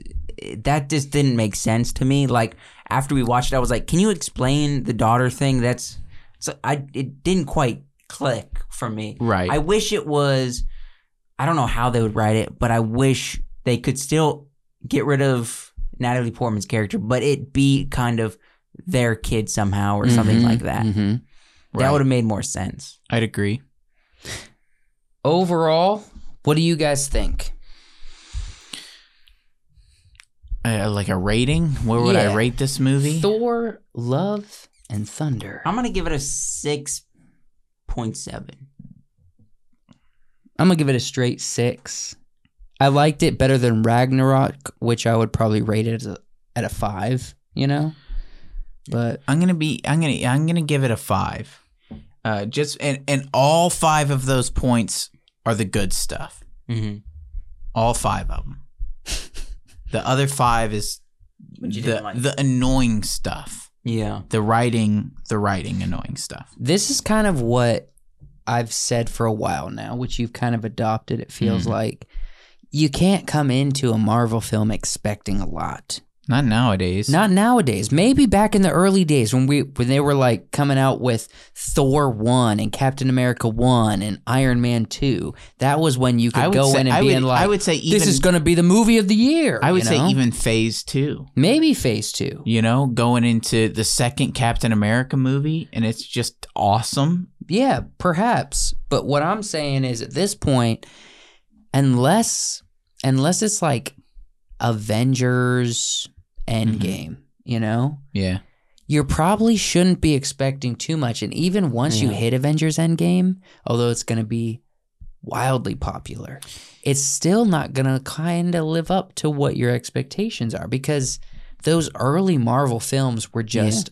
that just didn't make sense to me. Like after we watched it, I was like, "Can you explain the daughter thing?" That's so I it didn't quite click for me.
right.
I wish it was. I don't know how they would write it, but I wish they could still get rid of Natalie Portman's character, but it be kind of their kid somehow or something like that.
mm-hmm.
That
Right.
would have made more sense.
I'd agree.
overall what do you guys think
Uh, like a rating? Where would
Yeah.
I rate this movie?
Thor, Love, and Thunder.
I'm gonna give it a six point seven.
I'm gonna give it a straight six. I liked it better than Ragnarok, which I would probably rate it as a, at a five. You know, but
I'm gonna be. I'm gonna. I'm gonna give it a five. Uh, just and and all five of those points are the good stuff.
Mm-hmm.
all five of them. the other five is
What you
the,
didn't like.
the annoying stuff.
Yeah.
The writing, the writing, annoying stuff.
This is kind of what I've said for a while now, which you've kind of adopted, it feels
Mhm.
like. You can't come into a Marvel film expecting a lot.
Not nowadays.
Not nowadays. Maybe back in the early days when we when they were like coming out with Thor one and Captain America one and Iron Man two. That was when you
I
could
would
go
say,
in and
I
be
would,
in like,
I would say even.
"This is going to be the movie of the year."
I would
you
say
know?
even Phase Two.
maybe Phase two.
You know, going into the second Captain America movie, and it's just awesome.
Yeah, perhaps. But what I'm saying is at this point, unless unless it's like Avengers Endgame, you know,
Yeah.
you probably shouldn't be expecting too much. And even once you
Yeah.
hit Avengers Endgame, although it's going to be wildly popular, it's still not going to kind of live up to what your expectations are because those early Marvel films were just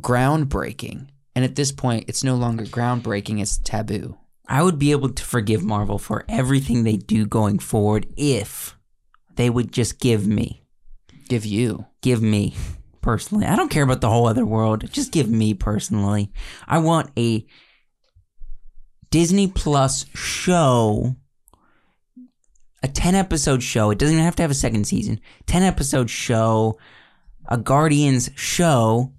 groundbreaking. And at this point, it's no longer groundbreaking, it's taboo.
I would be able to forgive Marvel for everything they do going forward if they would just give me,
Give you.
give me personally. I don't care about the whole other world. Just give me personally. I want a Disney Plus show, a 10 episode show. It doesn't even have to have a second season. 10 episode show, a Guardians show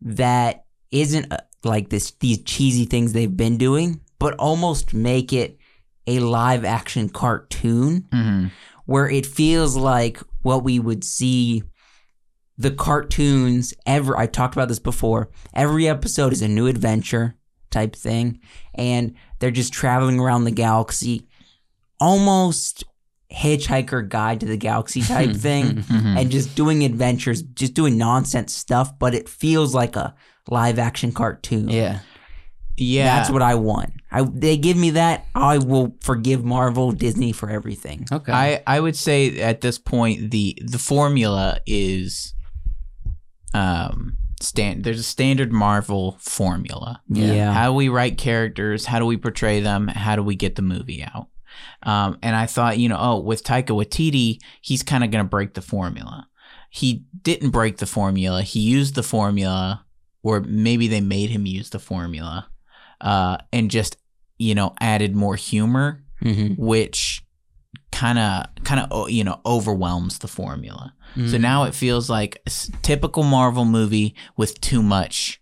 that isn't uh, like this these cheesy things they've been doing, but almost make it a live action cartoon
Mm-hmm.
where it feels like what we would see the cartoons ever I've talked about this before. Every episode is a new adventure type thing and they're just traveling around the galaxy almost hitchhiker guide to the galaxy type thing
Mm-hmm.
and just doing adventures, just doing nonsense stuff, but it feels like a live action cartoon.
Yeah.
Yeah.
That's what I want. I they give me that, I will forgive Marvel, Disney for everything.
Okay.
I, I would say at this point the the formula is um stand there's a standard Marvel formula.
Yeah. Yeah.
How do we write characters? How do we portray them? How do we get the movie out? Um, and I thought, you know, oh, with Taika Waititi, he's kind of going to break the formula. He didn't break the formula. He used the formula, or maybe they made him use the formula, uh, and just you know added more humor
Mm-hmm.
which kind of kind of you know overwhelms the formula.
Mm.
So now it feels like a s- typical Marvel movie with too much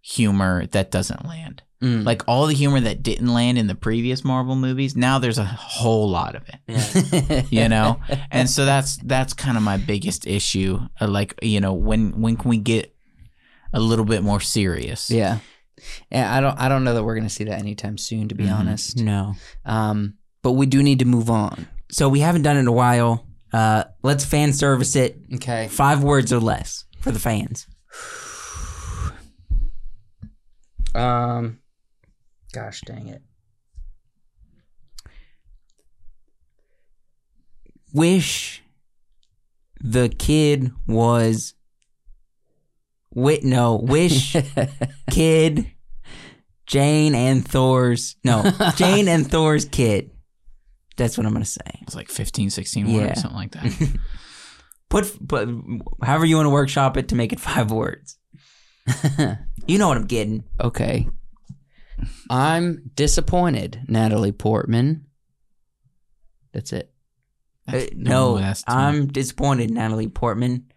humor that doesn't land.
Mm.
Like all the humor that didn't land in the previous Marvel movies, now there's a whole lot of it. You know, and so that's that's kind of my biggest issue. Uh, Like you know, when when can we get a little bit more serious?
Yeah. And I don't I don't know that we're going to see that anytime soon to be
Mhm.
honest.
No.
Um, but we do need to move on.
So we haven't done it in a while. Uh, let's fan service it.
Okay.
Five words or less for the fans.
Um, gosh dang it.
Wish the kid was. Wit no. Wish kid. Jane and Thor's no. Jane and Thor's kid. That's what I'm gonna say.
It's like 15, 16
Yeah.
words, something like that.
Put put however you want to workshop it to make it five words. you know what I'm getting.
okay. I'm disappointed, Natalie Portman. That's it.
Uh,
That's-
no,
that's too much.
I'm disappointed, Natalie Portman.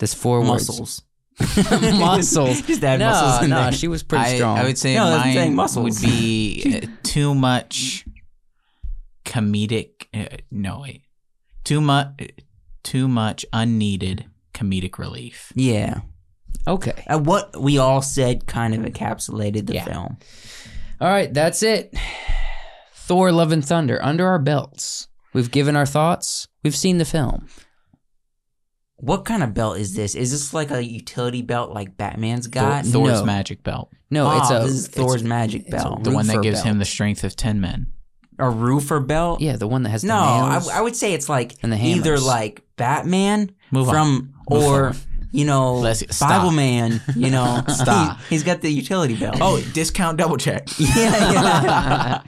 That's four
Muscles.
words. muscles.
Just add
no,
muscles in
no,
there.
she was pretty
I,
strong.
I would say
No, that's
mine
saying muscles.
would be uh, too much comedic. Uh, no wait, too much, too much unneeded comedic relief.
Yeah.
okay.
Uh, what we all said kind of encapsulated the
Yeah.
film.
All right, that's it. Thor: Love and Thunder under our belts. We've given our thoughts. We've seen the film.
What kind of belt is this? Is this like a utility belt like Batman's got?
Thor, Thor's
no.
magic belt,
No,
Ah,
it's a
this is
it's-
Thor's magic
it's a
belt.
the one that
Roofer
gives him
belt.
the strength of ten men.
A roofer belt?
Yeah, the one that has
No,
The
I,
nails.
I would say it's like
And the
either
hammers.
like Batman
Move on.
from
Move
or
on.
you know
Let's-
Bible
stop.
Man, you know.
Stop.
He, has got the utility belt.
Oh, discount double check.
yeah, yeah.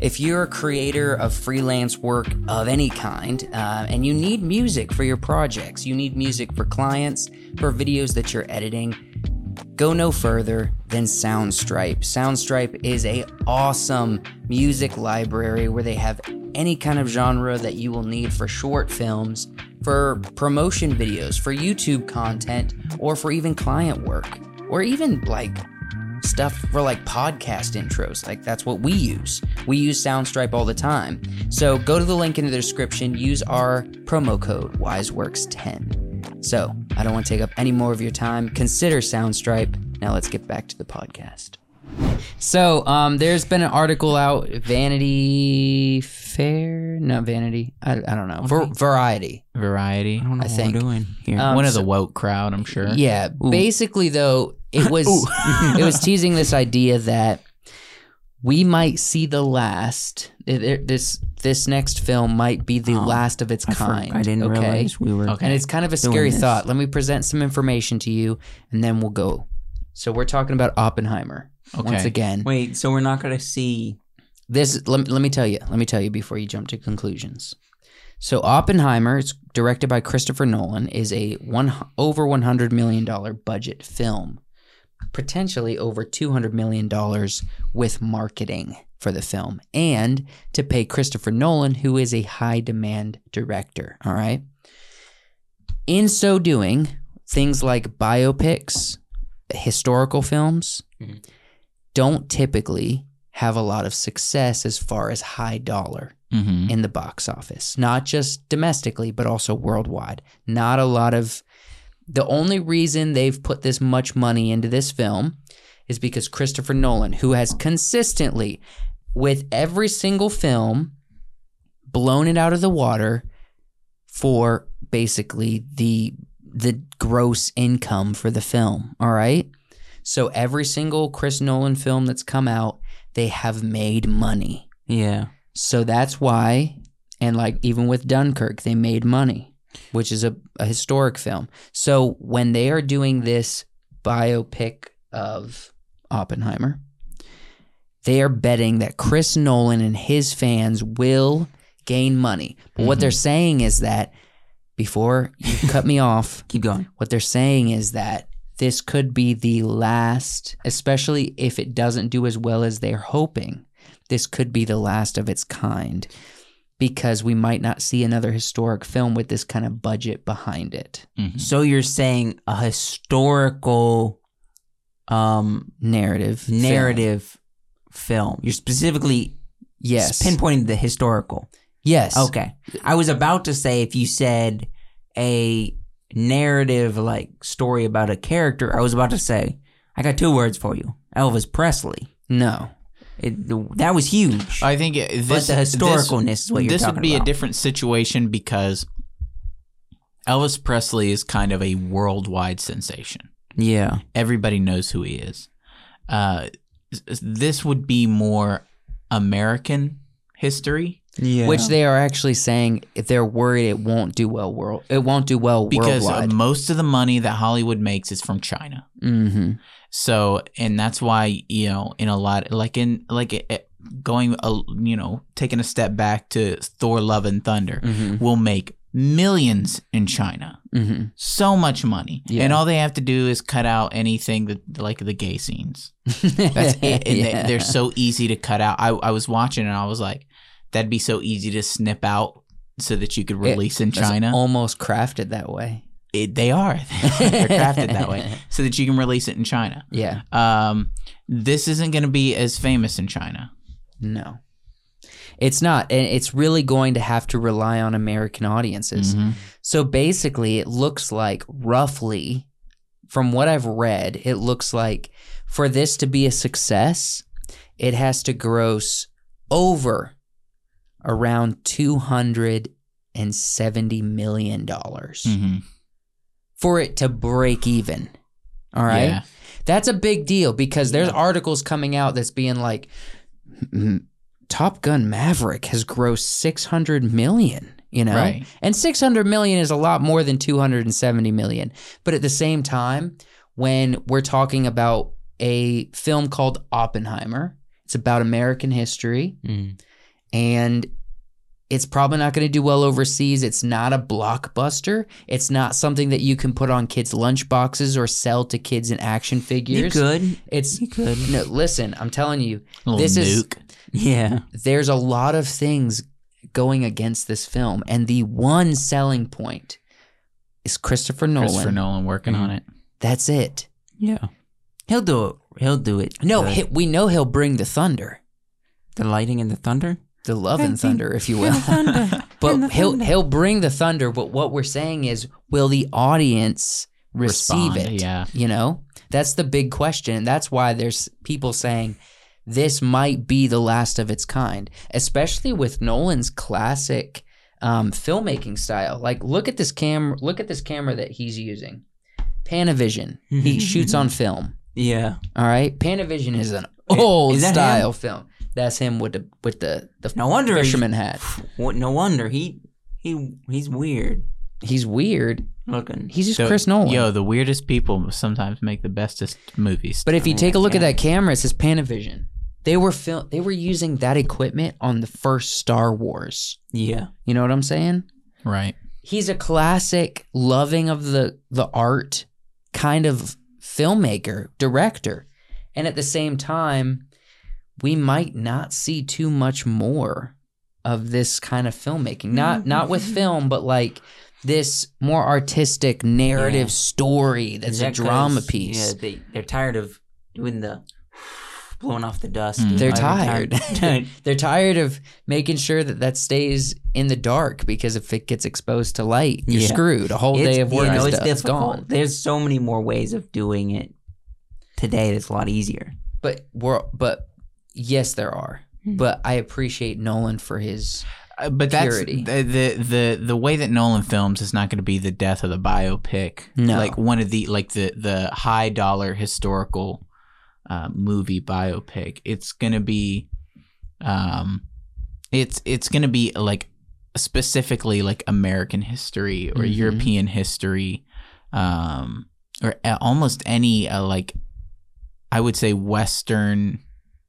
If you're a creator of freelance work of any kind uh, and you need music for your projects, you need music for clients, for videos that you're editing, go no further than Soundstripe. Soundstripe is a awesome music library where they have any kind of genre that you will need for short films, for promotion videos, for YouTube content, or for even client work, or even like stuff for like podcast intros. Like that's what we use. We use Soundstripe all the time. So go to the link in the description, use our promo code WiseWorks10. So I don't want to take up any more of your time. Consider Soundstripe. Now let's get back to the podcast. So um, there's been an article out, Vanity Fair, not Vanity, I, I don't know, Var- Variety.
Variety.
I don't know
I
what
think.
we're doing here.
Um,
One of
so-
the woke crowd, I'm sure.
Yeah. Basically, though, it was it was teasing this idea that we might see the last. it- it- This this next film might be the
Oh,
last of its
I, for-
kind.
I didn't
okay?
realize we were.
Okay.
And it's kind of a scary
this.
thought. Let me present some information to you, and then we'll go. So we're talking about Oppenheimer once
Okay.
again.
Wait, so we're not gonna see?
This let, me- let me tell you. Let me tell you before you jump to conclusions. So Oppenheimer, it's directed by Christopher Nolan, is a one over one hundred million dollar budget film, potentially over two hundred million dollars with marketing for the film, and to pay Christopher Nolan, who is a high demand director. All right. In so doing, things like biopics, historical films,
Mhm.
don't typically have a lot of success as far as high dollar
Mm-hmm.
in the box office, not just domestically, but also worldwide. Not a lot of. The only reason they've put this much money into this film is because Christopher Nolan, who has consistently, with every single film, blown it out of the water for basically the the gross income for the film. All right. So every single Chris Nolan film that's come out, they have made money.
Yeah.
So that's why, and like even with Dunkirk, they made money, which is a, a historic film. So when they are doing this biopic of Oppenheimer, they are betting that Chris Nolan and his fans will gain money. But what they're saying is that, before you cut me off,
Keep going.
what they're saying is that this could be the last, especially if it doesn't do as well as they're hoping. This could be the last of its kind because we might not see another historic film with this kind of budget behind it.
mm-hmm.
So you're saying a historical um
Narrative. film.
narrative film. You're specifically
Yes.
pinpointing the historical.
yes.
Okay. I was about to say if you said a narrative like story about a character, I was about to say I got two words for you. Elvis Presley.
No.
It, the, that was huge.
I think it- this
the historicalness
this,
is what you're
This
talking
would be
about.
a different situation because Elvis Presley is kind of a worldwide sensation.
yeah.
Everybody knows who he is. Uh, this would be more American history
Yeah.
Which they are actually saying if they're worried it won't do well world it won't do well
because um,
worldwide.
most of the money that Hollywood makes is from China.
mm-hmm.
So, and that's why you know, in a lot, like in like it, it- going, a, you know, taking a step back to Thor: Love and Thunder
Mm-hmm.
will make millions in China,
Mm-hmm.
so much money,
Yeah.
and all they have to do is cut out anything that like the gay scenes.
Mm-hmm.
That's it, and they, they're so easy to cut out. I I was watching and I was like, that'd be so easy to snip out so that you could release in China.
almost crafted that way.
It- they are they're crafted that way so that you can release it in China.
Yeah.
um, this isn't going to be as famous in China.
No. It's not. And it's really going to have to rely on American
Mm-hmm.
audiences. So basically, it looks like roughly, from what I've read, it looks like for this to be a success, it has to gross over around $270 million
Mhm.
for it to break even. All right.
Yeah.
That's a big deal because there's articles coming out that's being like "Mm, Top Gun Maverick has grossed 600 million, you know?
Right.
And 600 million is a lot more than 270 million. But at the same time, when we're talking about a film called Oppenheimer, It's about American history
Mm.
and it's probably not going to do well overseas. It's not a blockbuster. It's not something that you can put on kids' lunchboxes or sell to kids in action
You
figures.
could.
It's
You could.
no, listen, I'm telling you,
Little
This is-
nuke.
Yeah.
there's a lot of things going against this film, and the one selling point is Christopher Nolan. Mm-hmm.
Christopher Nolan working on it.
That's it.
Yeah. He'll do it. He'll do it.
No,
the,
he, we know he'll bring the thunder,
the lighting and the thunder.
the love
I
and
think-
thunder, if you will.
thunder. And the
But he'll
thunder.
he'll bring the thunder. But what we're saying is, will the audience receive
Respond,
it?
yeah.
you know that's the big question, and that's why there's people saying this might be the last of its kind, especially with Nolan's classic um, filmmaking style. Like, look at this camera. Look at this camera that he's using, Panavision.
Mm-hmm.
he shoots on film.
Yeah.
All right, Panavision is an old
is that him?
style film. That's him with the with the the
No wonder he-
fisherman hat.
What? No wonder he he he's weird
He's weird.
looking.
He's just
The-
Chris Nolan.
Yo, the weirdest people sometimes make the bestest movies.
But if you take a look at
Yeah.
that camera, it says Panavision. They were fil- they were using that equipment on the first Star Wars.
Yeah.
You know what I'm saying?
right.
He's a classic loving of the the art kind of filmmaker, director. And at the same time, we might not see too much more of this kind of filmmaking. Not
Mm-hmm.
not with film, but like this more artistic narrative
Yeah.
story that's
Is
a
that 'cause-
drama piece.
Yeah. They they're tired of doing the blowing off the dust.
Mm.
They're
Every time.
tired. They're tired of making sure that that stays in the dark because if it gets exposed to light, you're
Yeah.
screwed. A whole day of work
you know,
is
it's
done. It's
difficult.
gone.
There's so many more ways of doing it today. That's a lot easier.
But we're but yes, there are. But I appreciate Nolan for his
Uh, but that's
Purity.
the, the the the way that Nolan films is not going to be the death of the biopic.
No.
like one of the like the the high dollar historical uh, movie biopic. It's going to be, um, it's it's going to be like specifically like American history or
Mhm.
European history, um, or a- almost any uh, like I would say Western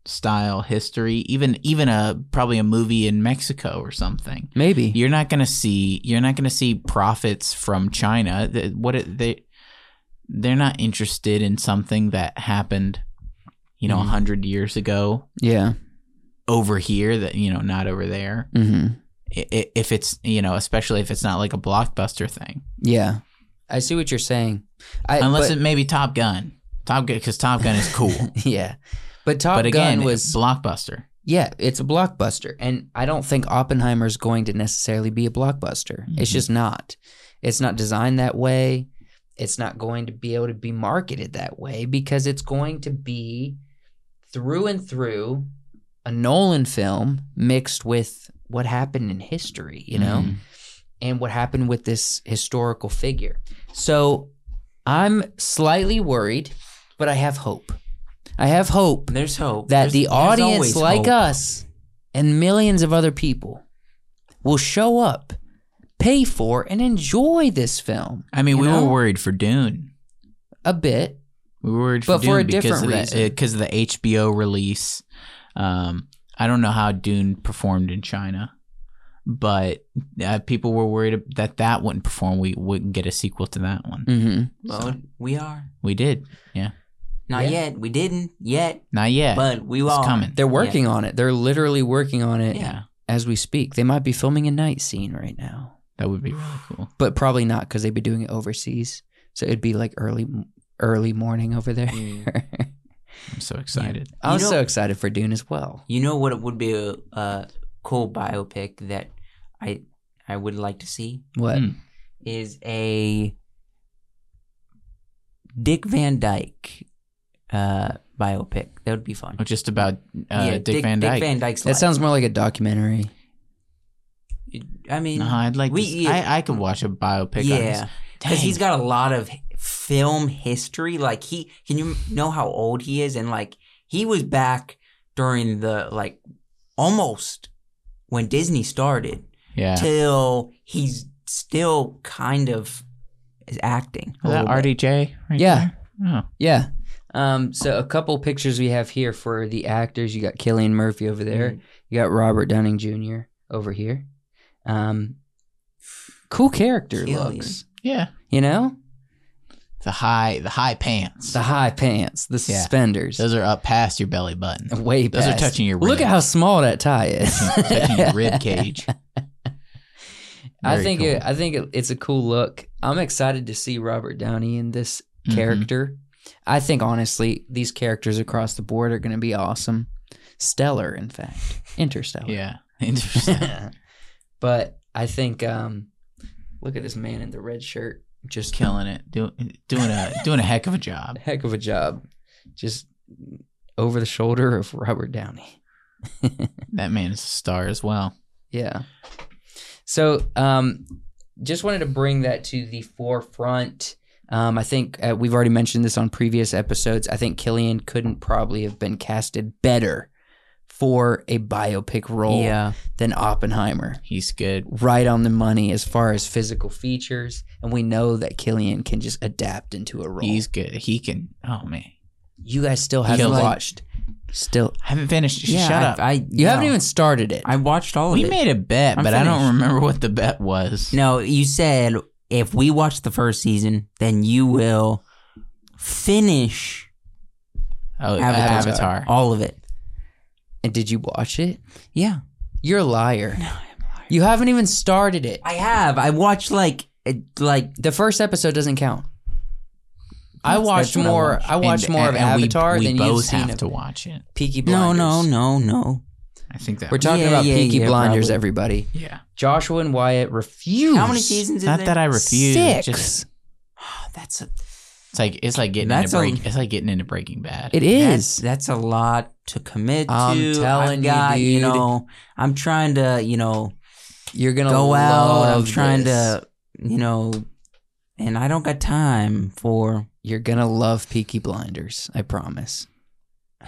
style history even even a probably a movie in Mexico or something
maybe.
you're not gonna see you're not gonna see profits from China. The- What it, they they're not interested in something that happened, you know, a
Mhm.
hundred years ago
yeah.
over here that you know not over there.
hmm
I- i- If it's you know, especially if it's not like a blockbuster thing,
Yeah. I see what you're saying. I,
unless
but,
it may be Top Gun. Top Gun because Top Gun is cool,
yeah. But Top
but again,
Gun
was
was
blockbuster.
yeah, it's a blockbuster, and I don't think Oppenheimer's going to necessarily be a blockbuster. It's
Mhm.
just not. It's not designed that way. It's not going to be able to be marketed that way because it's going to be through and through a Nolan film mixed with what happened in history, you know,
Mhm.
and what happened with this historical figure. So I'm slightly worried, but I have hope. I have hope
There's hope
that
There's-
the
there's
audience
always
like
hope.
us and millions of other people will show up, pay for, and enjoy this film
I mean,
You
we
know?
were worried for Dune.
a bit.
We were worried
But
for
for a
Dune because
different
of
reason.
because of the HBO release. Um, I don't know how Dune performed in China, but uh, people were worried that that wouldn't perform. We wouldn't get a sequel to that one.
Mm-hmm.
Well, we are
We did,
not
Yeah.
yet. We didn't yet,
not yet.
but we
it's
are
coming.
They're working on it. They're literally working on it
yeah,
as we speak. They might be filming a night scene right now,
that would be really cool.
but probably not because they'd be doing it overseas. So it'd be like early, early morning over there.
I'm so excited.
I was
You know-
so excited for Dune as well.
You know what? It would be a, a cool biopic that I I would like to see
What?
Mm.
is a Dick Van Dyke uh, biopic. That would be fun.
Oh, just about uh, Dick, Van Dyke.
Dick Van Dyke's
That
life.
sounds more like a documentary.
I mean,
no, Uh-huh, I'd like.
We-
to,
yeah.
I I could watch a biopic. on
yeah,
this.
because
Dang.
he's got a lot of h- film history. Like he, can you know how old he is? And like he was back during the like almost when Disney started
yeah.
till he's still kind of is acting.
Is that RDJ? Right
Yeah.
there? Oh.
Yeah. Um, so a couple pictures we have here for the actors. You got Killian Murphy over there.
Mm-hmm.
You got Robert Dunning Jr. over here. Um, cool character
Killian.
looks.
Yeah.
You know
The high the high pants.
the high pants, the
Yeah.
suspenders,
Those are up past your belly button.
way
Those are
past.
touching your
Look
rib.
at how small that tie is.
touching your rib cage.
I
Very
think
cool.
it, I think it, it's a cool look. I'm excited to see Robert Downey in this
Mhm.
character. I think honestly, these characters across the board are going to be awesome, stellar. In fact, interstellar.
Yeah. Interesting.
but I think um, look at this man in the red shirt, just
Killing it. Do, doing a doing a heck of a job.
heck of a job, just over the shoulder of Robert Downey.
That man is a star as well.
Yeah. So, um, just wanted to bring that to the forefront. Um, I think uh, we've already mentioned this on previous episodes. I think Killian couldn't probably have been casted better for a biopic role
Yeah.
than Oppenheimer.
He's good.
Right on the money as far as physical features, and we know that Killian can just adapt into a role.
He's good. He can. Oh man,
you guys still haven't
Killian.
watched, still
I haven't finished.
Yeah,
Shut
I,
up.
I,
you haven't even started it.
I watched all of
we
it.
made a bet,
I'm
but I don't
finished.
remember what the bet was.
no, you said if we watch the first season, then you will finish
Oh,
Avatar.
Avatar.
All of it.
and did you watch it?
Yeah.
You're a liar. No, I'm liar. You haven't even started it.
I have. I watched like uh, like
The first episode doesn't count. I
That's-
watched
that's what I
more.
watched.
I watched
And-
more of
and we-
Avatar
we,
than
both
you've seen
have
of
to watch it.
Peaky
no,
Blinders.
no, no, no.
I think that.
We're talking
Yeah,
about
yeah,
Peaky
yeah,
Blinders,
probably.
everybody.
yeah.
Joshua and Wyatt refuse.
How many seasons is
Not
there? Oh,
that I refuse.
Six.
Just,
That's a,
it's like it's like getting
That's
into
a-
break. it's like getting into Breaking Bad.
it is.
that's, that's a lot to commit
I'm
to.
telling
I've
you,
got,
dude.
know, I'm trying to, you know,
You're gonna
go out.
Love
I'm trying
this.
to, you know, and I don't got time for.
You're gonna love Peaky Blinders. I promise.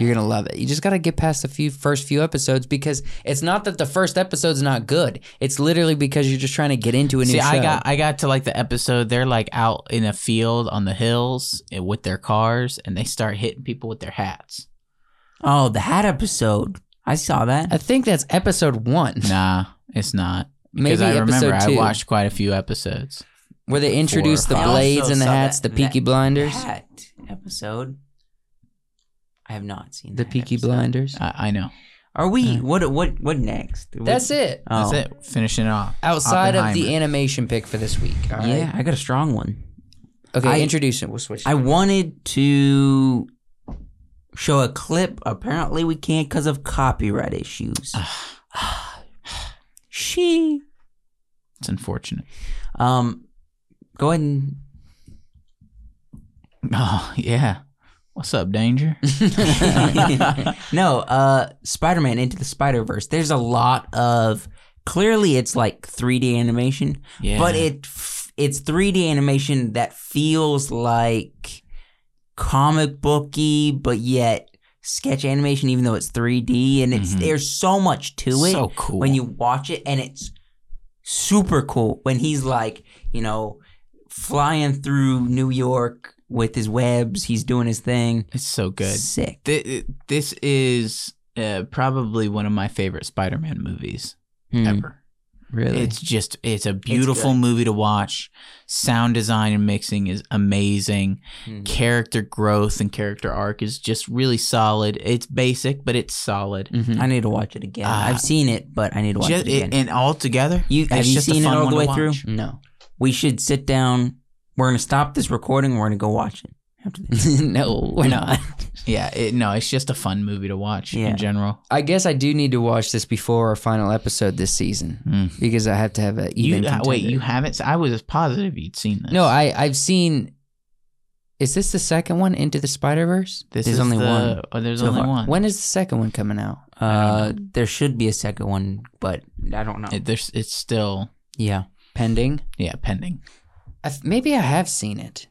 You're gonna love it. You just gotta get past the few first few episodes because it's not that the first episode's not good. It's literally because you're just trying to get into a new
See,
show.
I got I got to like the episode. They're like out in a field on the hills and with their cars, and they start hitting people with their hats.
Oh, the hat episode. I saw that.
I think that's episode one.
Nah, it's not. Because
Maybe
I remember
episode two.
I watched quite a few episodes.
where they
Four or
introduce the
five.
blades
Also
and the
saw
hats,
that-
the Peaky
that-
Blinders,
Hat episode. I have not seen
the
that
Peaky
episode.
Blinders.
I, I know.
Are we? What? What? What next?
That's it.
Oh.
That's it. Finishing it off.
Outside of the
Oppenheimer.
animation pick for this week. all right?
Yeah, I got a strong one.
Okay,
I-
introduce it. We'll switch.
I wanted to show a clip. Apparently, we can't because of copyright issues. she.
It's unfortunate.
Um, go ahead and
Oh yeah. What's up, Danger?
no, uh, Spider Man Into the Spider Verse. There's a lot of clearly it's like 3D animation,
yeah.
but it f- it's 3D animation that feels like comic booky, but yet sketch animation, even though it's 3D, and it's
Mhm.
there's so much to it
so cool
when you watch it, and it's super cool when he's like you know flying through New York with his webs. He's doing his thing.
It's so good.
Sick.
Th- this is uh, probably one of my favorite Spider-Man movies ever.
really,
Mm. It's just it's a beautiful movie to watch. Sound design and mixing is amazing.
Mhm.
Character growth and character arc is just really solid. It's basic, but it's solid.
Mm-hmm.
Hmm. I need to watch it again.
Ah.
I've seen it, but I need to watch
Just,
it again.
and all together,
You- have
it's
you
just a
seen it
fun
all the
one to
way through?
watch.
no,
we should sit down. We're gonna stop this recording. We're gonna go watch it after this.
no, we're not.
Yeah, it, no, it's just a fun movie to watch
Yeah.
in general.
I guess I do need to watch this before our final episode this season
Mm.
because I have to have an
You
even.
uh, wait,
contender.
you haven't? I was positive you'd seen this.
no, I I've seen. Is this the second one into the Spider Verse?
this
there's
is
only
the-
one
Oh, there's
so
only
far.
one.
When is the second one coming out?
Uh, there should be a second one, but I don't know.
It, there's, it's still
yeah,
Pending.
yeah pending.
I th- maybe I have seen it.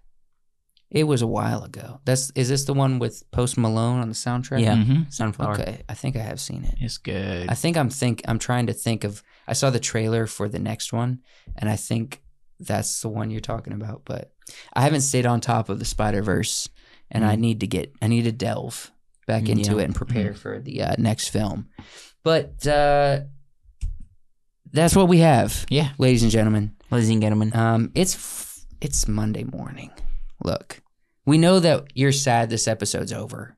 It was a while ago. That's is this the one with Post Malone on the soundtrack?
Yeah.
hmm
sunflower.
Okay, I think I have seen it.
It's good.
I think I'm think I'm trying to think of. I saw the trailer for the next one, and I think that's the one you're talking about. But I haven't stayed on top of the Spider Verse and I need to get I need to delve back into
Mm. Yeah. Mm-hmm.
it and prepare for the uh, next film. But uh, that's what we have,
Yeah.
ladies and gentlemen.
Ladies and gentlemen,
Um, it's f- it's Monday morning. Look, we know that you're sad this episode's over,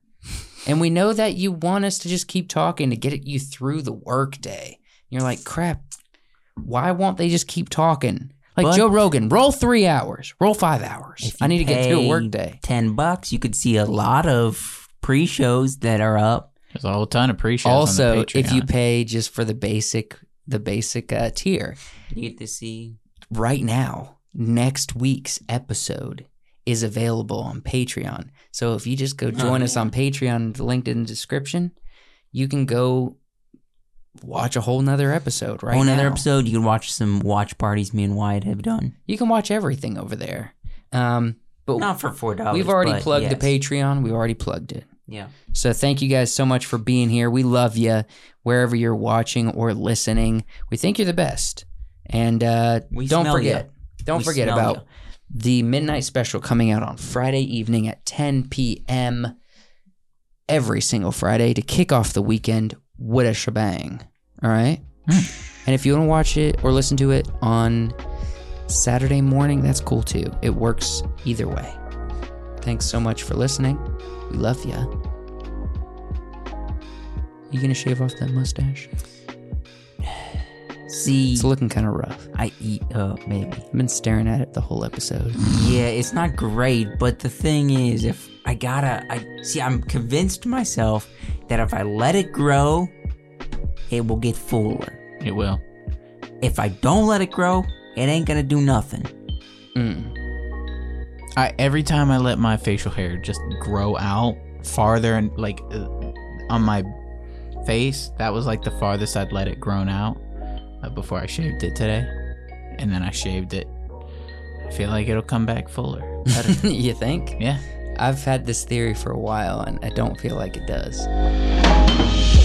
and we know that you want us to just keep talking to get you through the workday. You're like, crap. Why won't they just keep talking? Like
But-
Joe Rogan, roll three hours, roll five hours.
If
I
you
need to get through a
pay-
workday.
ten bucks. You could see a lot of pre-shows that are up.
There's a whole ton of pre-shows. on
Also,
the
if you
Patreon.
pay just for the basic, the basic uh, tier,
You get to see.
right now, next week's episode is available on Patreon. So if you just go join us on Patreon, the linked in the description, you can go watch a whole nother episode right
Right another
now.
episode, you can watch some watch parties me and Wyatt have done.
You can watch everything over there. Um, but
Not for four dollars.
we've already
but
plugged
yes.
the Patreon. We already plugged it.
Yeah.
So thank you guys so much for being here. We love you wherever you're watching or listening. We think you're the best. And uh,
We
don't
smell
forget,
ya.
don't
We
forget
smell
about
ya.
the midnight special coming out on Friday evening at 10 p.m. every single Friday to kick off the weekend with a shebang. All right. And if you want to watch it or listen to it on Saturday morning, that's cool too. It works either way. Thanks so much for listening. We love ya. You gonna shave off that mustache?
See,
It's looking kind of rough.
I eat uh maybe.
I've been staring at it the whole episode.
Yeah, it's not great, but the thing is, if I gotta, I see, I'm convinced myself that if I let it grow, it will get fuller.
it will.
If I don't let it grow, it ain't gonna do nothing.
Mm.
I every time I let my facial hair just grow out farther and like uh, on my face, that was like the farthest I'd let it grown out uh, before I shaved it today, and then I shaved it. I feel like it'll come back fuller. Better.
you think?
yeah.
I've had this theory for a while and I don't feel like it does.